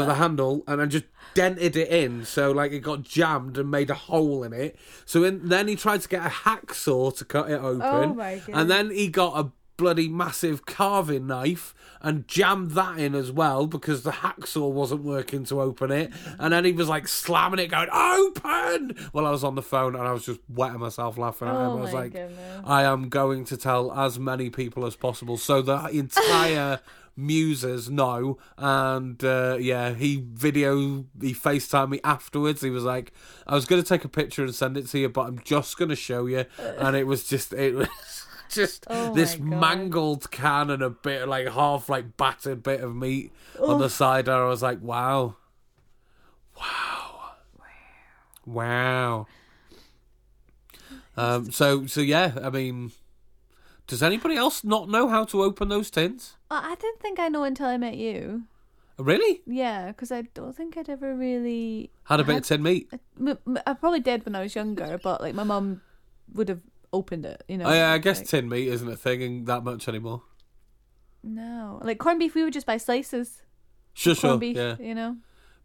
[SPEAKER 1] the handle, and then just dented it in, so like it got jammed and made a hole in it. So in, then he tried to get a hacksaw to cut it open,
[SPEAKER 2] Oh my
[SPEAKER 1] and then he got a bloody massive carving knife and jammed that in as well because the hacksaw wasn't working to open it. And then he was like slamming it, going, Open! While I was on the phone and I was just wetting myself laughing at him.
[SPEAKER 2] Oh
[SPEAKER 1] I was
[SPEAKER 2] my
[SPEAKER 1] like,
[SPEAKER 2] goodness.
[SPEAKER 1] I am going to tell as many people as possible so the entire muses know. And uh, yeah, he video, he FaceTimed me afterwards. He was like, I was going to take a picture and send it to you, but I'm just going to show you. And it was just, it was. Just
[SPEAKER 2] Oh my
[SPEAKER 1] this
[SPEAKER 2] God.
[SPEAKER 1] mangled can and a bit like half like battered bit of meat on the side, and I was like, "Wow, wow, wow." Um. So so yeah, I mean, does anybody else not know how to open those tins?
[SPEAKER 2] Oh, I didn't think I know until I met you.
[SPEAKER 1] Really?
[SPEAKER 2] Yeah, because I don't think I'd ever really.
[SPEAKER 1] Had a bit of tin meat.
[SPEAKER 2] m- m- I probably did when I was younger, but like my mum would have opened it. You know.
[SPEAKER 1] Oh, I, I guess
[SPEAKER 2] like-
[SPEAKER 1] tin meat isn't a thing in that much anymore.
[SPEAKER 2] no, like corned beef, we would just buy slices.
[SPEAKER 1] Sure,
[SPEAKER 2] Corned
[SPEAKER 1] sure,
[SPEAKER 2] beef,
[SPEAKER 1] yeah.
[SPEAKER 2] you know.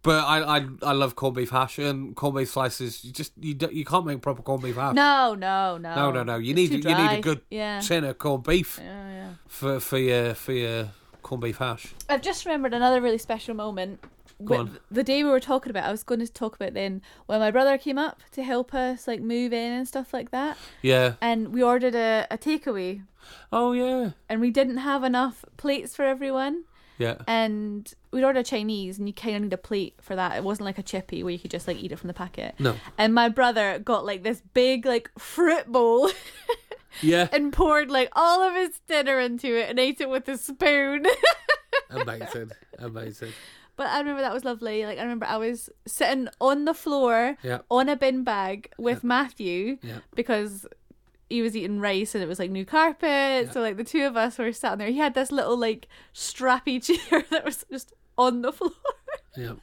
[SPEAKER 1] But I, I, I love corned beef hash and corned beef slices. You just, you, don't- you can't make proper corned beef hash.
[SPEAKER 2] No, no, no.
[SPEAKER 1] Uh, No, no, no. You
[SPEAKER 2] It's
[SPEAKER 1] need you
[SPEAKER 2] too
[SPEAKER 1] need
[SPEAKER 2] dry.
[SPEAKER 1] a good
[SPEAKER 2] Yeah.
[SPEAKER 1] tin of corned beef
[SPEAKER 2] Yeah, yeah.
[SPEAKER 1] for for your for your corned beef hash.
[SPEAKER 2] I've just remembered another really special moment.
[SPEAKER 1] Go
[SPEAKER 2] Wh-
[SPEAKER 1] on.
[SPEAKER 2] The day we were talking about, I was going to talk about then when my brother came up to help us like move in and stuff like that,
[SPEAKER 1] Yeah.
[SPEAKER 2] and we ordered a, a takeaway,
[SPEAKER 1] Oh yeah.
[SPEAKER 2] and we didn't have enough plates for everyone,
[SPEAKER 1] Yeah.
[SPEAKER 2] and we'd ordered Chinese, and you kind of need a plate for that. It wasn't like a chippy where you could just like eat it from the packet.
[SPEAKER 1] No.
[SPEAKER 2] And my brother got like this big like fruit bowl
[SPEAKER 1] Yeah.
[SPEAKER 2] and poured like all of his dinner into it and ate it with a spoon.
[SPEAKER 1] Amazing. Amazing.
[SPEAKER 2] But I remember that was lovely. Like I remember I was sitting on the floor
[SPEAKER 1] Yeah.
[SPEAKER 2] on a bin bag with Matthew
[SPEAKER 1] Yeah.
[SPEAKER 2] because he was eating rice and it was like new carpet. So like the two of us were sat there. He had this little like strappy chair that was just on the floor.
[SPEAKER 1] Yeah.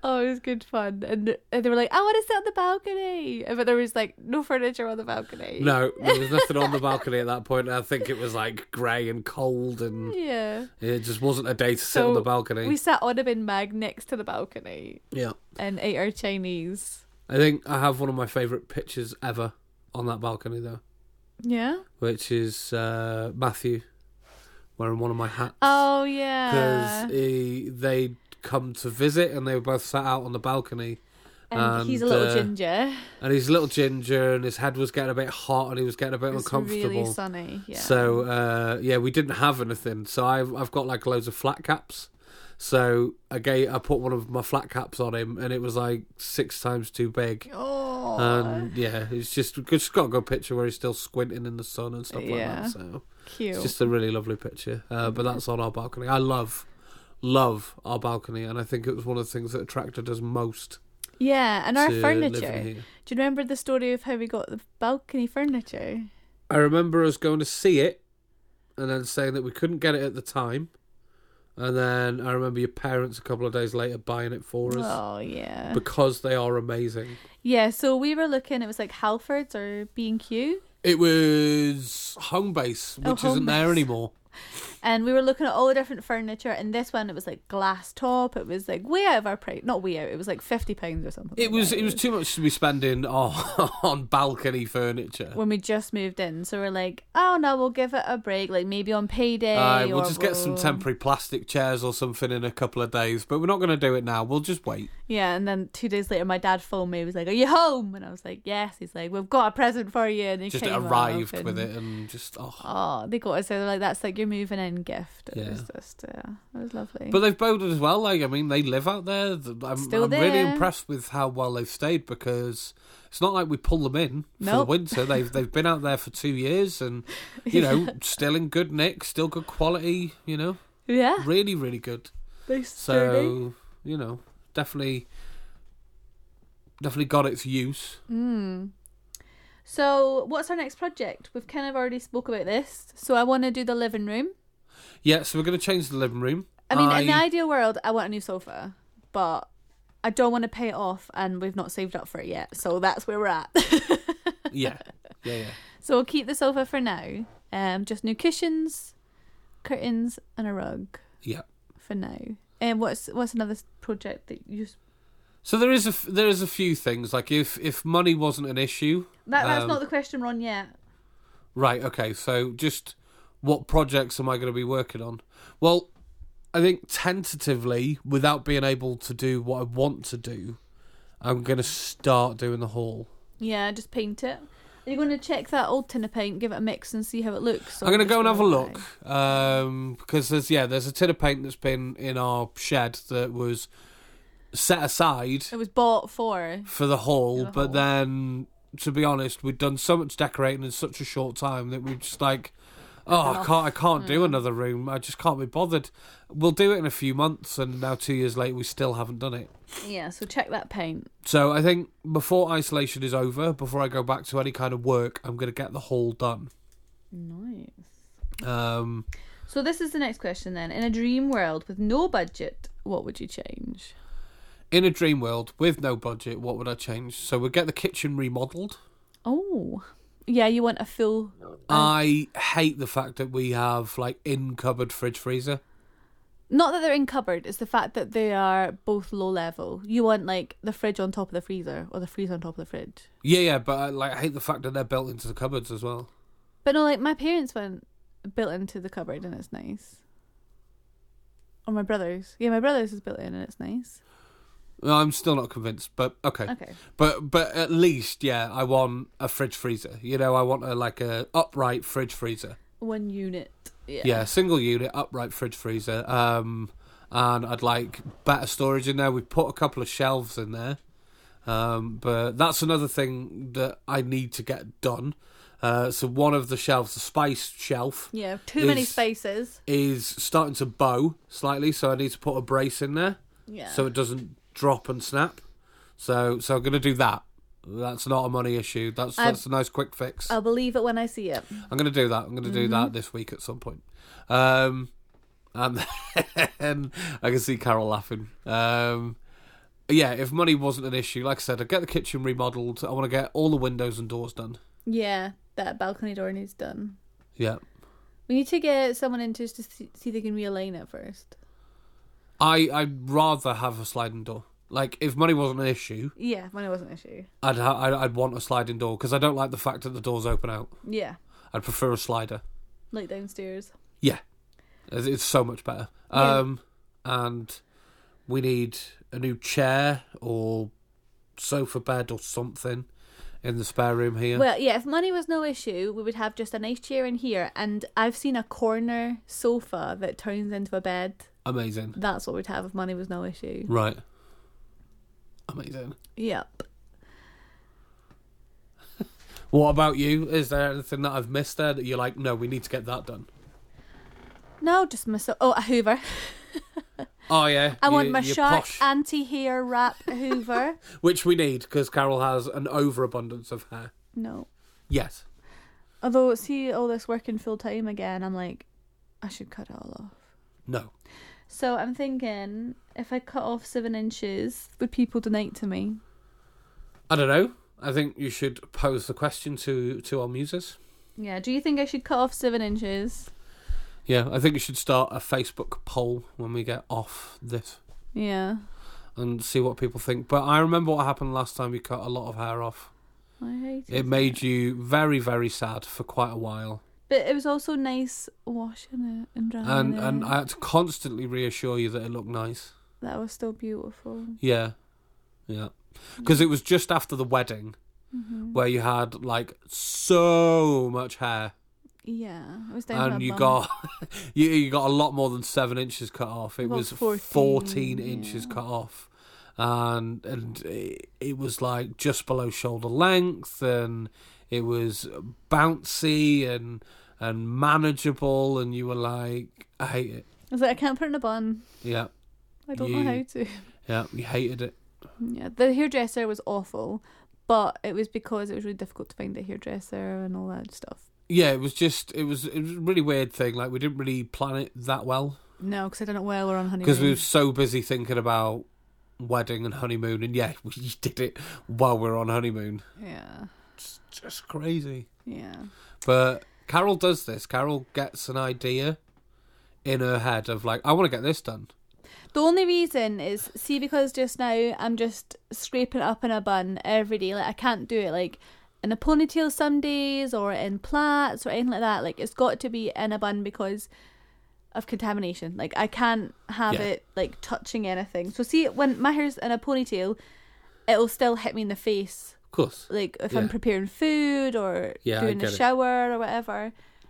[SPEAKER 2] Oh, it was good fun. And, and they were like, I want to sit on the balcony. But there was like no furniture on the balcony.
[SPEAKER 1] No, there was nothing on the balcony at that point. I think it was like grey and cold, and
[SPEAKER 2] Yeah.
[SPEAKER 1] it just wasn't a day to sit on the balcony.
[SPEAKER 2] We sat on a bin bag next to the balcony
[SPEAKER 1] Yeah.
[SPEAKER 2] and ate our Chinese.
[SPEAKER 1] I think I have one of my favourite pictures ever on that balcony though,
[SPEAKER 2] Yeah.
[SPEAKER 1] which is uh, Matthew wearing one of my hats.
[SPEAKER 2] Oh yeah.
[SPEAKER 1] because they come to visit and they were both sat out on the balcony
[SPEAKER 2] and, he's a
[SPEAKER 1] and,
[SPEAKER 2] little
[SPEAKER 1] uh,
[SPEAKER 2] ginger.
[SPEAKER 1] and he's a little ginger and his head was getting a bit hot and he was getting a bit
[SPEAKER 2] It's
[SPEAKER 1] uncomfortable
[SPEAKER 2] really sunny. Yeah.
[SPEAKER 1] so uh, yeah we didn't have anything so I've, I've got like loads of flat caps so again i put one of my flat caps on him and it was like six times too big
[SPEAKER 2] oh,
[SPEAKER 1] and yeah it's just just got a good picture where he's still squinting in the sun and stuff like
[SPEAKER 2] Yeah.
[SPEAKER 1] that so
[SPEAKER 2] cute. Mm-hmm.
[SPEAKER 1] it's just a really lovely picture, uh, but that's on our balcony. I love, love our balcony, and I think it was one of the things that attracted us most
[SPEAKER 2] yeah, and our
[SPEAKER 1] to living
[SPEAKER 2] furniture.
[SPEAKER 1] here.
[SPEAKER 2] Do you remember the story of how we got the balcony furniture?
[SPEAKER 1] I remember us going to see it, and then saying that we couldn't get it at the time, and then I remember your parents a couple of days later buying it for us
[SPEAKER 2] Oh yeah.
[SPEAKER 1] because they are amazing.
[SPEAKER 2] yeah, so we were looking. It was like Halfords or B and Q,
[SPEAKER 1] It was home base,
[SPEAKER 2] Oh,
[SPEAKER 1] which isn't there
[SPEAKER 2] Homebase.
[SPEAKER 1] anymore.
[SPEAKER 2] and we were looking at all the different furniture. And this one, it was like glass top. It was like way out of our price. Not way out. It was like fifty pounds or something.
[SPEAKER 1] It
[SPEAKER 2] like
[SPEAKER 1] was
[SPEAKER 2] that.
[SPEAKER 1] it was too much to be spending on, on balcony furniture.
[SPEAKER 2] when we just moved in. So we're like, oh no, we'll give it a break. Like maybe on payday.
[SPEAKER 1] Uh, we'll
[SPEAKER 2] or
[SPEAKER 1] just get some
[SPEAKER 2] we'll-
[SPEAKER 1] temporary plastic chairs or something in a couple of days, but we're not going to do it now. We'll just wait.
[SPEAKER 2] Yeah, and then two days later, my dad phoned me. He was like, "Are you home?" And I was like, "Yes." He's like, "We've got a present for you." And he
[SPEAKER 1] Just
[SPEAKER 2] came up
[SPEAKER 1] arrived with
[SPEAKER 2] and-
[SPEAKER 1] it and just oh.
[SPEAKER 2] Oh, they got us. So they're like, "That's like your moving in gift." It
[SPEAKER 1] Yeah.
[SPEAKER 2] was just, yeah, it was lovely.
[SPEAKER 1] But they've built it as well. Like I mean, they live out there. Th- I'm,
[SPEAKER 2] Still
[SPEAKER 1] I'm really
[SPEAKER 2] there.
[SPEAKER 1] impressed with how well they've stayed because it's not like we pull them in for the
[SPEAKER 2] Nope.
[SPEAKER 1] winter. They've they've been out there for two years and you know still in good nick, still good quality. You know,
[SPEAKER 2] yeah,
[SPEAKER 1] really really good.
[SPEAKER 2] they sturdy.
[SPEAKER 1] So you know, definitely definitely got its use.
[SPEAKER 2] Mm. So, what's our next project? We've kind of already spoke about this. So, I want to do the living room.
[SPEAKER 1] Yeah, so we're going to change the living room.
[SPEAKER 2] I mean, in the ideal world, I want a new sofa, but I don't want to pay it off, and we've not saved up for it yet. So that's where we're at.
[SPEAKER 1] yeah, yeah, yeah.
[SPEAKER 2] So we'll keep the sofa for now. Um, just new cushions, curtains, and a rug
[SPEAKER 1] Yeah.
[SPEAKER 2] for now. And what's what's another s- project that you? s-
[SPEAKER 1] So there is a f- there is a few things like if if money wasn't an issue,
[SPEAKER 2] That, that's
[SPEAKER 1] Um,
[SPEAKER 2] not the question we're on yet.
[SPEAKER 1] Right. Okay. So, just what projects am I going to be working on? Well, I think tentatively, without being able to do what I want to do, I'm going to start doing the hall.
[SPEAKER 2] Yeah, just paint it. Are you going to check that old tin of paint, give it a mix, and see how it looks?
[SPEAKER 1] I'm going to go and have a look um, because there's yeah, there's a tin of paint that's been in our shed that was set aside
[SPEAKER 2] It was bought for.
[SPEAKER 1] for the hall,
[SPEAKER 2] For the
[SPEAKER 1] but
[SPEAKER 2] hall.
[SPEAKER 1] then to be honest, we'd done so much decorating in such a short time that we were just like, oh, I
[SPEAKER 2] Enough.
[SPEAKER 1] can't, I can't
[SPEAKER 2] Mm.
[SPEAKER 1] do another room. I just can't be bothered. We'll do it in a few months, and now two years later, we still haven't done it.
[SPEAKER 2] Yeah, so check that paint.
[SPEAKER 1] So I think before isolation is over, before I go back to any kind of work, I'm going to get the hall done.
[SPEAKER 2] Nice.
[SPEAKER 1] Um,
[SPEAKER 2] So this is the next question then. In a dream world with no budget, what would you change?
[SPEAKER 1] in a dream world with no budget, what would I change? So we'd get the kitchen remodeled.
[SPEAKER 2] Oh, yeah, you want a full.
[SPEAKER 1] I hate the fact that we have like in cupboard fridge freezer.
[SPEAKER 2] Not that they're in cupboard. It's the fact that they are both low level. You want like the fridge on top of the freezer or the freezer on top of the fridge.
[SPEAKER 1] Yeah, yeah, but I, like I hate the fact that they're built into the cupboards as well.
[SPEAKER 2] But no, like my parents went built into the cupboard and it's nice. Or my brother's. Yeah, my brother's is built in and it's nice.
[SPEAKER 1] No, I'm still not convinced, but okay.
[SPEAKER 2] Okay.
[SPEAKER 1] But but at least yeah, I want a fridge freezer. You know, I want a like a upright fridge freezer.
[SPEAKER 2] One unit. Yeah.
[SPEAKER 1] Yeah, single unit upright fridge freezer. Um, and I'd like better storage in there. We put a couple of shelves in there, um, but that's another thing that I need to get done. Uh, so one of the shelves, the spice shelf,
[SPEAKER 2] Yeah, too many
[SPEAKER 1] Is-
[SPEAKER 2] spaces.
[SPEAKER 1] is starting to bow slightly, so I need to put a brace in there.
[SPEAKER 2] Yeah.
[SPEAKER 1] so it doesn't drop and snap. So so I'm gonna do that. That's not a money issue. That's
[SPEAKER 2] I-
[SPEAKER 1] that's a nice quick fix.
[SPEAKER 2] I'll believe it when I see it.
[SPEAKER 1] I'm gonna do that. I'm gonna do that this week at some point. Um, and then I can see Carol laughing. Um, yeah, if money wasn't an issue, like I said, I'd get the kitchen remodeled. I want to get all the windows and doors done.
[SPEAKER 2] Yeah, that balcony door needs done.
[SPEAKER 1] Yeah,
[SPEAKER 2] We need to get someone in just to see, see if they can realign it first.
[SPEAKER 1] I I'd rather have a sliding door. Like if money wasn't an issue,
[SPEAKER 2] Yeah, money wasn't an issue.
[SPEAKER 1] I'd ha- I'd, I'd want a sliding door because I don't like the fact that the doors open out.
[SPEAKER 2] Yeah,
[SPEAKER 1] I'd prefer a slider.
[SPEAKER 2] like downstairs.
[SPEAKER 1] Yeah, it's it's so much better.
[SPEAKER 2] Yeah.
[SPEAKER 1] Um, and we need a new chair or sofa bed or something in the spare room here.
[SPEAKER 2] Well, yeah, if money was no issue, we would have just a nice chair in here. And I've seen a corner sofa that turns into a bed.
[SPEAKER 1] Amazing,
[SPEAKER 2] That's what we'd have if money was no issue.
[SPEAKER 1] right? Amazing.
[SPEAKER 2] Yep.
[SPEAKER 1] What about you? Is there anything that I've missed there that you're like, no, we need to get that done?
[SPEAKER 2] No, just my so- oh a Hoover.
[SPEAKER 1] Oh yeah,
[SPEAKER 2] I
[SPEAKER 1] you-
[SPEAKER 2] want my
[SPEAKER 1] you're
[SPEAKER 2] shark
[SPEAKER 1] posh,
[SPEAKER 2] anti-hair wrap Hoover.
[SPEAKER 1] which we need because Carol has an overabundance of hair.
[SPEAKER 2] no.
[SPEAKER 1] Yes.
[SPEAKER 2] Although see all this working full time again, I'm like, I should cut it all off.
[SPEAKER 1] No.
[SPEAKER 2] So I'm thinking if I cut off seven inches, would people donate to me?
[SPEAKER 1] I don't know. I think you should pose the question to to our muses.
[SPEAKER 2] Yeah. Do you think I should cut off seven inches?
[SPEAKER 1] Yeah, I think we should start a Facebook poll when we get off this
[SPEAKER 2] Yeah.
[SPEAKER 1] and see what people think. But I remember what happened last time you cut a lot of hair off.
[SPEAKER 2] I hate it.
[SPEAKER 1] It made you very, very sad for quite a while.
[SPEAKER 2] But it was also nice washing it and drying
[SPEAKER 1] And
[SPEAKER 2] it.
[SPEAKER 1] and I had to constantly reassure you that it looked nice.
[SPEAKER 2] that was still beautiful.
[SPEAKER 1] Yeah. Yeah. Because it was just after the wedding
[SPEAKER 2] hmm
[SPEAKER 1] where you had like so much hair
[SPEAKER 2] Yeah, it was down to my
[SPEAKER 1] and you
[SPEAKER 2] bum.
[SPEAKER 1] got you, you got a lot more than seven inches cut off. It
[SPEAKER 2] About
[SPEAKER 1] was 14,
[SPEAKER 2] 14,
[SPEAKER 1] inches
[SPEAKER 2] yeah.
[SPEAKER 1] cut off, and and it, it was like just below shoulder length, and it was bouncy and and manageable, and you were like, I hate it.
[SPEAKER 2] I was like, I can't put it in a bun.
[SPEAKER 1] Yeah,
[SPEAKER 2] I don't
[SPEAKER 1] You-
[SPEAKER 2] know how to.
[SPEAKER 1] yeah, you hated it.
[SPEAKER 2] Yeah, the hairdresser was awful, but it was because it was really difficult to find a hairdresser and all that stuff.
[SPEAKER 1] Yeah, it was just it was it was a really weird thing. Like we didn't really plan it that well.
[SPEAKER 2] No, because I done it well or on honeymoon.
[SPEAKER 1] because we were so busy thinking about wedding and honeymoon and yeah we did it while we were on honeymoon
[SPEAKER 2] Yeah,
[SPEAKER 1] it's just crazy
[SPEAKER 2] yeah.
[SPEAKER 1] but carol does this carol gets an idea in her head of like i want to get this done
[SPEAKER 2] The only reason is see because just now I'm just scraping it up in a bun every day. Like I can't do it. Like in a ponytail some days or in plaits or anything like that. Like it's got to be in a bun because of contamination. Like I can't have
[SPEAKER 1] Yeah.
[SPEAKER 2] it like touching anything. So see when my hair's in a ponytail, it'll still hit me in the face.
[SPEAKER 1] Of course.
[SPEAKER 2] Like if
[SPEAKER 1] Yeah.
[SPEAKER 2] I'm preparing food or
[SPEAKER 1] Yeah, I
[SPEAKER 2] doing the
[SPEAKER 1] get it.
[SPEAKER 2] shower or whatever.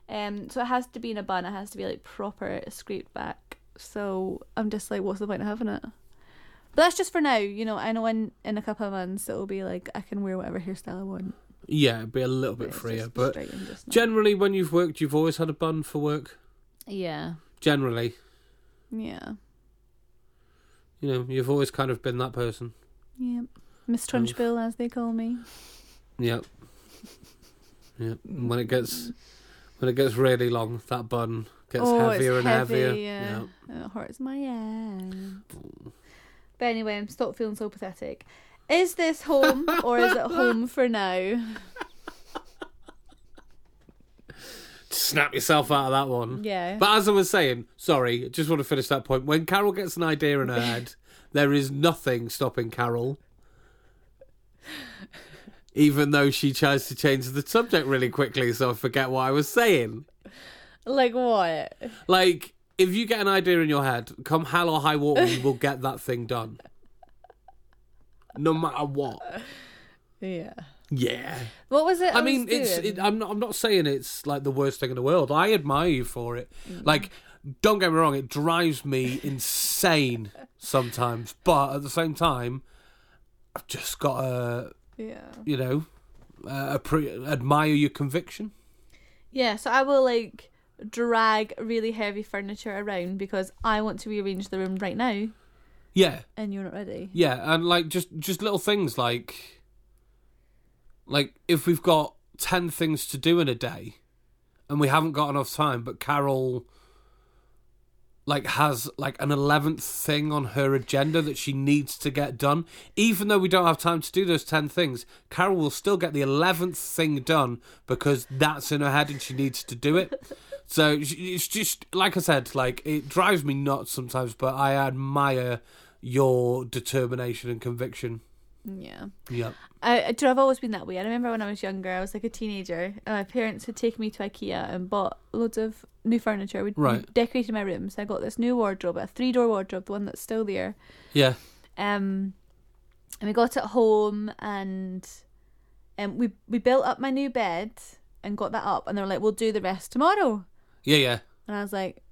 [SPEAKER 2] Um so it has to be in a bun, it has to be like proper scraped back. So I'm just like, what's the point of having it? But that's just for now, you know. I know in, in a couple of months it'll be like I can wear whatever hairstyle I want.
[SPEAKER 1] Yeah, it'd be a little bit
[SPEAKER 2] It's
[SPEAKER 1] freer.
[SPEAKER 2] just
[SPEAKER 1] But
[SPEAKER 2] straight and just not-
[SPEAKER 1] generally, when you've worked, you've always had a bun for work.
[SPEAKER 2] yeah,
[SPEAKER 1] Generally,
[SPEAKER 2] yeah,
[SPEAKER 1] you know, you've always kind of been that person.
[SPEAKER 2] yeah. Miss Trunchbull, as they call me.
[SPEAKER 1] Yep. Yep. And when it gets when it gets really long, that bun gets
[SPEAKER 2] oh,
[SPEAKER 1] heavier
[SPEAKER 2] it's
[SPEAKER 1] and
[SPEAKER 2] heavy,
[SPEAKER 1] heavier. Mm.
[SPEAKER 2] Yeah. Oh,
[SPEAKER 1] Yep.
[SPEAKER 2] And it hurts my hand. But anyway, I'm stop feeling so pathetic. Is this home or is it home for now?
[SPEAKER 1] Snap yourself out of that one.
[SPEAKER 2] Yeah.
[SPEAKER 1] Mm. But as I was saying, sorry, just want to finish that point. When Carol gets an idea in her head, there is nothing stopping Carol. Even though she tries to change the subject really quickly, so I forget what I was saying.
[SPEAKER 2] like what?
[SPEAKER 1] Like, if you get an idea in your head, come hell or high water, you will get that thing done. No matter what.
[SPEAKER 2] Yeah.
[SPEAKER 1] Yeah.
[SPEAKER 2] What was it?
[SPEAKER 1] I
[SPEAKER 2] was
[SPEAKER 1] mean, it's.
[SPEAKER 2] doing?
[SPEAKER 1] It, I'm not. I'm not saying it's like the worst thing in the world. I admire you for it. Like, don't get me wrong. It drives me insane sometimes, but at the same time, I've just got to,
[SPEAKER 2] yeah.
[SPEAKER 1] you know, uh, appre- admire your conviction.
[SPEAKER 2] Yeah. So I will like drag really heavy furniture around because I want to rearrange the room right now,
[SPEAKER 1] Yeah,
[SPEAKER 2] and you're not ready.
[SPEAKER 1] yeah, and like just just little things like, like if we've got ten things to do in a day, and we haven't got enough time, but Carol like has like an 11th thing on her agenda that she needs to get done even though we don't have time to do those 10 things carol will still get the 11th thing done because that's in her head and she needs to do it so sh- it's just like i said like it drives me nuts sometimes but i admire your determination and conviction
[SPEAKER 2] Yeah.
[SPEAKER 1] yep
[SPEAKER 2] I, I- do you know, I've always been that way. I remember when I was younger, I was like a teenager, and my parents had taken me to IKEA and bought loads of new furniture. We
[SPEAKER 1] Right.
[SPEAKER 2] decorated my room, so I got this new wardrobe, a three-door wardrobe, the one that's still there.
[SPEAKER 1] yeah
[SPEAKER 2] Um, and we got it home, and um, we we built up my new bed and got that up, and they were like, "We'll do the rest tomorrow."
[SPEAKER 1] yeah yeah
[SPEAKER 2] And I was like,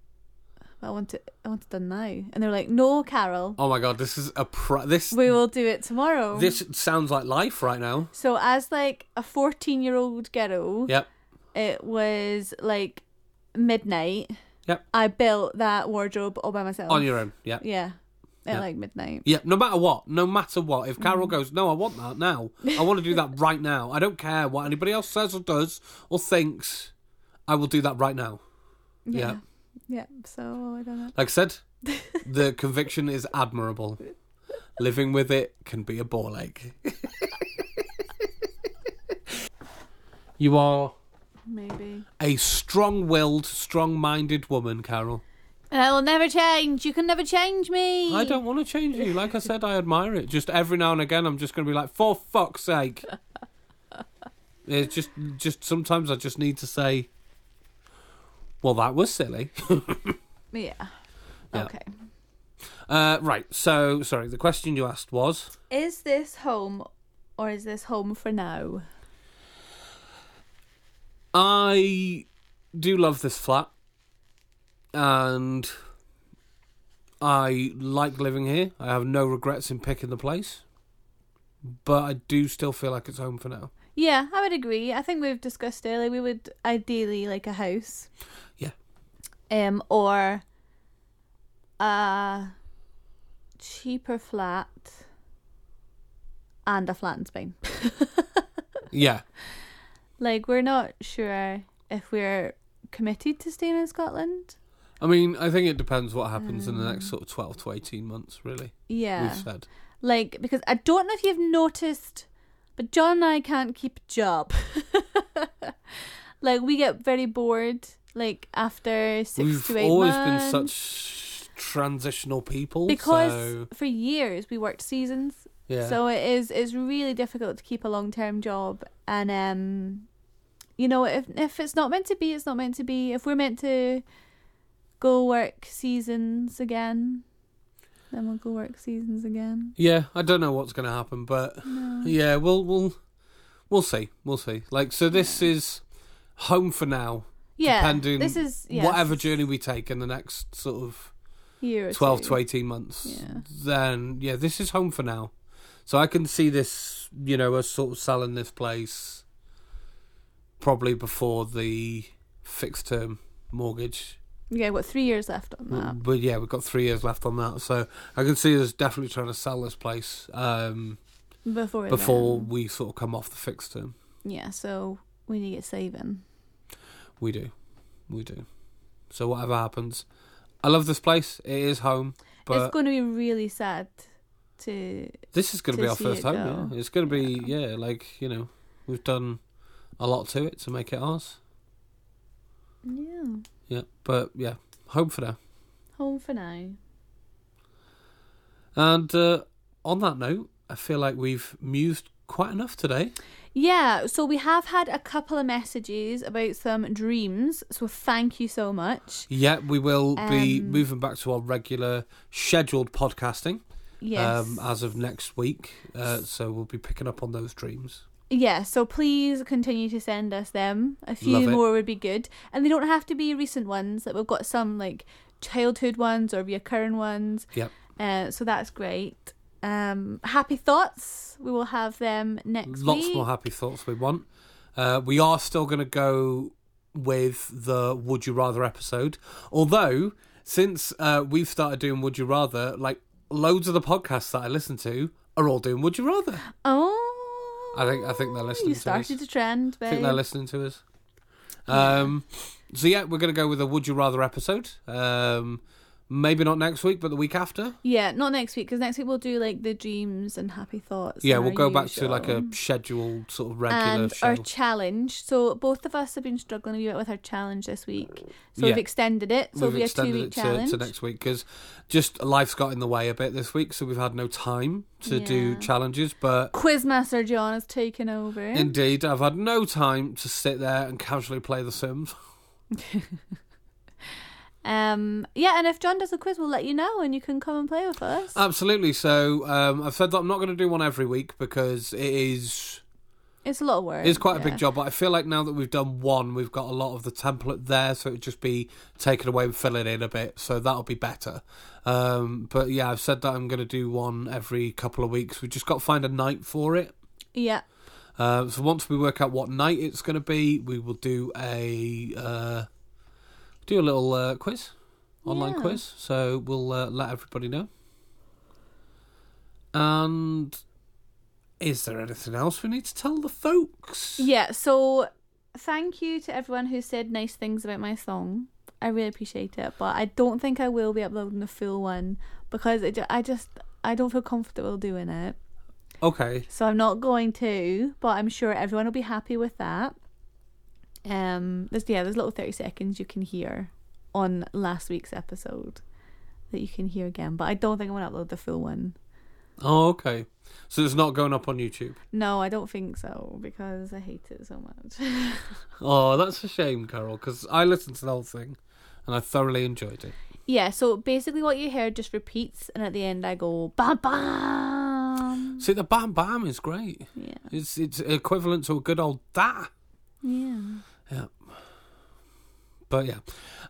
[SPEAKER 2] "I want it, I want it done now." And they were like, "No, Carol,
[SPEAKER 1] oh my god this is a pr- this
[SPEAKER 2] we will do it tomorrow."
[SPEAKER 1] this sounds like life right now
[SPEAKER 2] so as like a fourteen-year-old girl.
[SPEAKER 1] yep
[SPEAKER 2] it was like midnight.
[SPEAKER 1] Yep.
[SPEAKER 2] I built that wardrobe all by myself.
[SPEAKER 1] on your own yep
[SPEAKER 2] Yeah. At
[SPEAKER 1] Yeah.
[SPEAKER 2] like midnight.
[SPEAKER 1] Yeah, no matter what, no matter what. If Carol goes, no, I want that now. I want to do that right now. I don't care what anybody else says or does or thinks. I will do that right now. Yeah.
[SPEAKER 2] Yeah. Yeah. So I don't know.
[SPEAKER 1] Like I said, the conviction is admirable. Living with it can be a ball ache. you are
[SPEAKER 2] Maybe.
[SPEAKER 1] a strong-willed, strong-minded woman, Carol.
[SPEAKER 2] And I will never change. You can never change me.
[SPEAKER 1] I don't want to change you. Like I said, I admire it. Just every now and again, I'm just going to be like, for fuck's sake. It's just, just sometimes I just need to say, well, that was silly.
[SPEAKER 2] Yeah.
[SPEAKER 1] Yeah.
[SPEAKER 2] Okay.
[SPEAKER 1] Uh, right. So, sorry. The question you asked was,
[SPEAKER 2] Is this home or is this home for now?
[SPEAKER 1] I do love this flat, and I like living here. I have no regrets in picking the place, but I do still feel like it's home for now.
[SPEAKER 2] Yeah, I would agree. I think we've discussed earlier we would ideally like a house.
[SPEAKER 1] Yeah.
[SPEAKER 2] Um or a cheaper flat and a flat in Spain.
[SPEAKER 1] Yeah.
[SPEAKER 2] like we're not sure if we're committed to staying in Scotland.
[SPEAKER 1] I mean, I think it depends what happens in the next sort of 12 to 18 months, really.
[SPEAKER 2] Yeah.
[SPEAKER 1] We've said.
[SPEAKER 2] Like because I don't know if you've noticed but John and I can't keep a job. like we get very bored like after 6
[SPEAKER 1] We've
[SPEAKER 2] to 8
[SPEAKER 1] always
[SPEAKER 2] months.
[SPEAKER 1] been such transitional people.
[SPEAKER 2] because
[SPEAKER 1] so-
[SPEAKER 2] for years we worked seasons
[SPEAKER 1] Yeah.
[SPEAKER 2] So it is it's really difficult to keep a long term job and um you know, if if it's not meant to be, it's not meant to be. If we're meant to go work seasons again, then we'll go work seasons again.
[SPEAKER 1] yeah, I don't know what's going to happen, but yeah, we'll we'll we'll see. We'll see. Like so this is home for now.
[SPEAKER 2] Yeah.
[SPEAKER 1] depending
[SPEAKER 2] this is yeah,
[SPEAKER 1] whatever journey we take in the next sort of
[SPEAKER 2] year or
[SPEAKER 1] 12
[SPEAKER 2] two.
[SPEAKER 1] to 18 months
[SPEAKER 2] Yeah.
[SPEAKER 1] then yeah this is home for now so i can see this you know us sort of selling this place probably before the fixed term mortgage
[SPEAKER 2] Yeah, what three years left on
[SPEAKER 1] W-
[SPEAKER 2] that.
[SPEAKER 1] but yeah we've got three years left on that so i can see us definitely trying to sell this place um
[SPEAKER 2] Before
[SPEAKER 1] before
[SPEAKER 2] then.
[SPEAKER 1] we sort of come off the fixed term
[SPEAKER 2] Yeah, so we need to get saving.
[SPEAKER 1] we do we do so whatever happens i love this place it is home but
[SPEAKER 2] it's gonna be really sad to
[SPEAKER 1] This is going to
[SPEAKER 2] to
[SPEAKER 1] be our
[SPEAKER 2] see
[SPEAKER 1] first
[SPEAKER 2] it
[SPEAKER 1] home.
[SPEAKER 2] go.
[SPEAKER 1] Yeah, it's going to be yeah, like you know, we've done a lot to it to make it ours.
[SPEAKER 2] Yeah.
[SPEAKER 1] Yeah, but yeah, home for now.
[SPEAKER 2] Home for now.
[SPEAKER 1] And uh, on that note, I feel like we've mused quite enough today.
[SPEAKER 2] Yeah, so we have had a couple of messages about some dreams, so thank you so much.
[SPEAKER 1] Yeah, we will be
[SPEAKER 2] Um,
[SPEAKER 1] moving back to our regular scheduled podcasting
[SPEAKER 2] Yes.
[SPEAKER 1] um, as of next week. Uh, so we'll be picking up on those dreams.
[SPEAKER 2] yeah, so please continue to send us them. A
[SPEAKER 1] Love
[SPEAKER 2] few
[SPEAKER 1] it.
[SPEAKER 2] more would be good. And they don't have to be recent ones, like we've got some like childhood ones or reoccurring ones.
[SPEAKER 1] Yep.
[SPEAKER 2] Uh, so that's great. Um, happy thoughts. We will have them next
[SPEAKER 1] Lots
[SPEAKER 2] week.
[SPEAKER 1] more happy thoughts we want. Uh, we are still going to go with the Would You Rather episode. Although, since uh, we've started doing Would You Rather, like loads of the podcasts that I listen to are all doing Would You Rather.
[SPEAKER 2] oh,
[SPEAKER 1] I think- I think they're listening
[SPEAKER 2] You
[SPEAKER 1] to us.
[SPEAKER 2] started a trend, babe.
[SPEAKER 1] I think they're listening to us. Um, So, yeah, we're going to go with a Would You Rather episode. Um, maybe not next week, but the week after.
[SPEAKER 2] Yeah, not next week because next week we'll do like the dreams and happy thoughts.
[SPEAKER 1] yeah,
[SPEAKER 2] and
[SPEAKER 1] we'll
[SPEAKER 2] our
[SPEAKER 1] go back to like a
[SPEAKER 2] usual.
[SPEAKER 1] scheduled sort of regular
[SPEAKER 2] and
[SPEAKER 1] show.
[SPEAKER 2] Um, our challenge. So both of us have been struggling a wee bit with our challenge this week,
[SPEAKER 1] Yeah.
[SPEAKER 2] so we've extended it. So
[SPEAKER 1] we've
[SPEAKER 2] it'll be a two
[SPEAKER 1] extended
[SPEAKER 2] week
[SPEAKER 1] it to,
[SPEAKER 2] challenge.
[SPEAKER 1] to next week because just life's got in the way a bit this week, so we've had no time to do
[SPEAKER 2] Yeah.
[SPEAKER 1] challenges. But
[SPEAKER 2] Quizmaster John has taken over.
[SPEAKER 1] indeed, I've had no time to sit there and casually play The Sims.
[SPEAKER 2] um, yeah, and if John does a quiz, we'll let you know, and you can come and play with us.
[SPEAKER 1] Uh, Absolutely. So um, I've said that I'm not going to do one every week because it is
[SPEAKER 2] it's a lot of work.
[SPEAKER 1] it's quite a
[SPEAKER 2] yeah.
[SPEAKER 1] big job. But I feel like now that we've done one, we've got a lot of the template there, so it would just be taken away and filling in a bit. So that'll be better. Um, but yeah, I've said that I'm going to do one every couple of weeks. We've just got to find a night for it.
[SPEAKER 2] Yeah,
[SPEAKER 1] Uh, so once we work out what night it's going to be, we will do a uh, do a little uh, quiz, online
[SPEAKER 2] Yeah.
[SPEAKER 1] quiz. So we'll uh, let everybody know. And is there anything else we need to tell the folks?
[SPEAKER 2] yeah. So thank you to everyone who said nice things about my song. I really appreciate it, but I don't think I will be uploading the full one because it, ju- I just I don't feel comfortable doing it.
[SPEAKER 1] Okay.
[SPEAKER 2] So I'm not going to, but I'm sure everyone will be happy with that. Um, there's yeah, there's little thirty seconds you can hear on last week's episode that you can hear again, but I don't think I'm gonna upload the full one.
[SPEAKER 1] Oh, okay. So it's not going up on YouTube.
[SPEAKER 2] No, I don't think so because I hate it so much.
[SPEAKER 1] Oh, that's a shame, Carol, because I listened to the whole thing and I thoroughly enjoyed it.
[SPEAKER 2] yeah, so basically what you hear just repeats, and at the end I go bam bam.
[SPEAKER 1] See, the bam bam is great.
[SPEAKER 2] Yeah,
[SPEAKER 1] It's it's equivalent to a good old da.
[SPEAKER 2] yeah.
[SPEAKER 1] But yeah,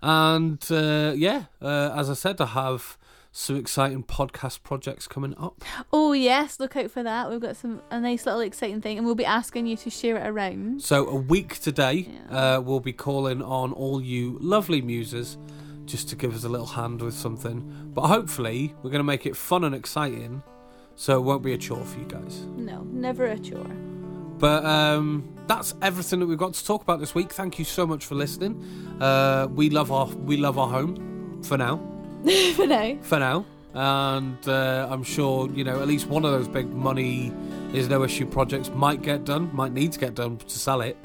[SPEAKER 1] and uh, yeah, uh, as I said, I have some exciting podcast projects coming up.
[SPEAKER 2] Oh yes, look out for that. We've got some a nice little exciting thing, and we'll be asking you to share it around.
[SPEAKER 1] So a week today,
[SPEAKER 2] Yeah.
[SPEAKER 1] uh, we'll be calling on all you lovely muses just to give us a little hand with something. But hopefully, we're going to make it fun and exciting, so it won't be a chore for you guys.
[SPEAKER 2] No, never a chore.
[SPEAKER 1] But um, that's everything that we've got to talk about this week. Thank you so much for listening. Uh, we love our we love our home for now.
[SPEAKER 2] for now.
[SPEAKER 1] for now. And uh, I'm sure, you know, at least one of those big money is no issue projects might get done, might need to get done to sell it.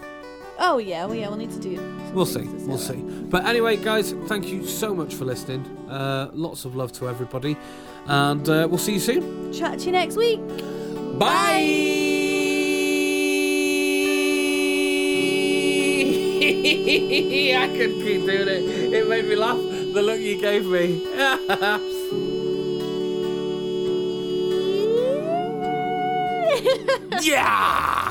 [SPEAKER 2] Oh yeah, well yeah, we'll need to do. some
[SPEAKER 1] We'll see.
[SPEAKER 2] things to
[SPEAKER 1] We'll
[SPEAKER 2] sell
[SPEAKER 1] see.
[SPEAKER 2] it.
[SPEAKER 1] But anyway, guys, thank you so much for listening. Uh, lots of love to everybody. And uh, we'll see you soon.
[SPEAKER 2] Chat to you next week.
[SPEAKER 1] Bye! I couldn't keep doing it. It made me laugh. The look you gave me. yeah!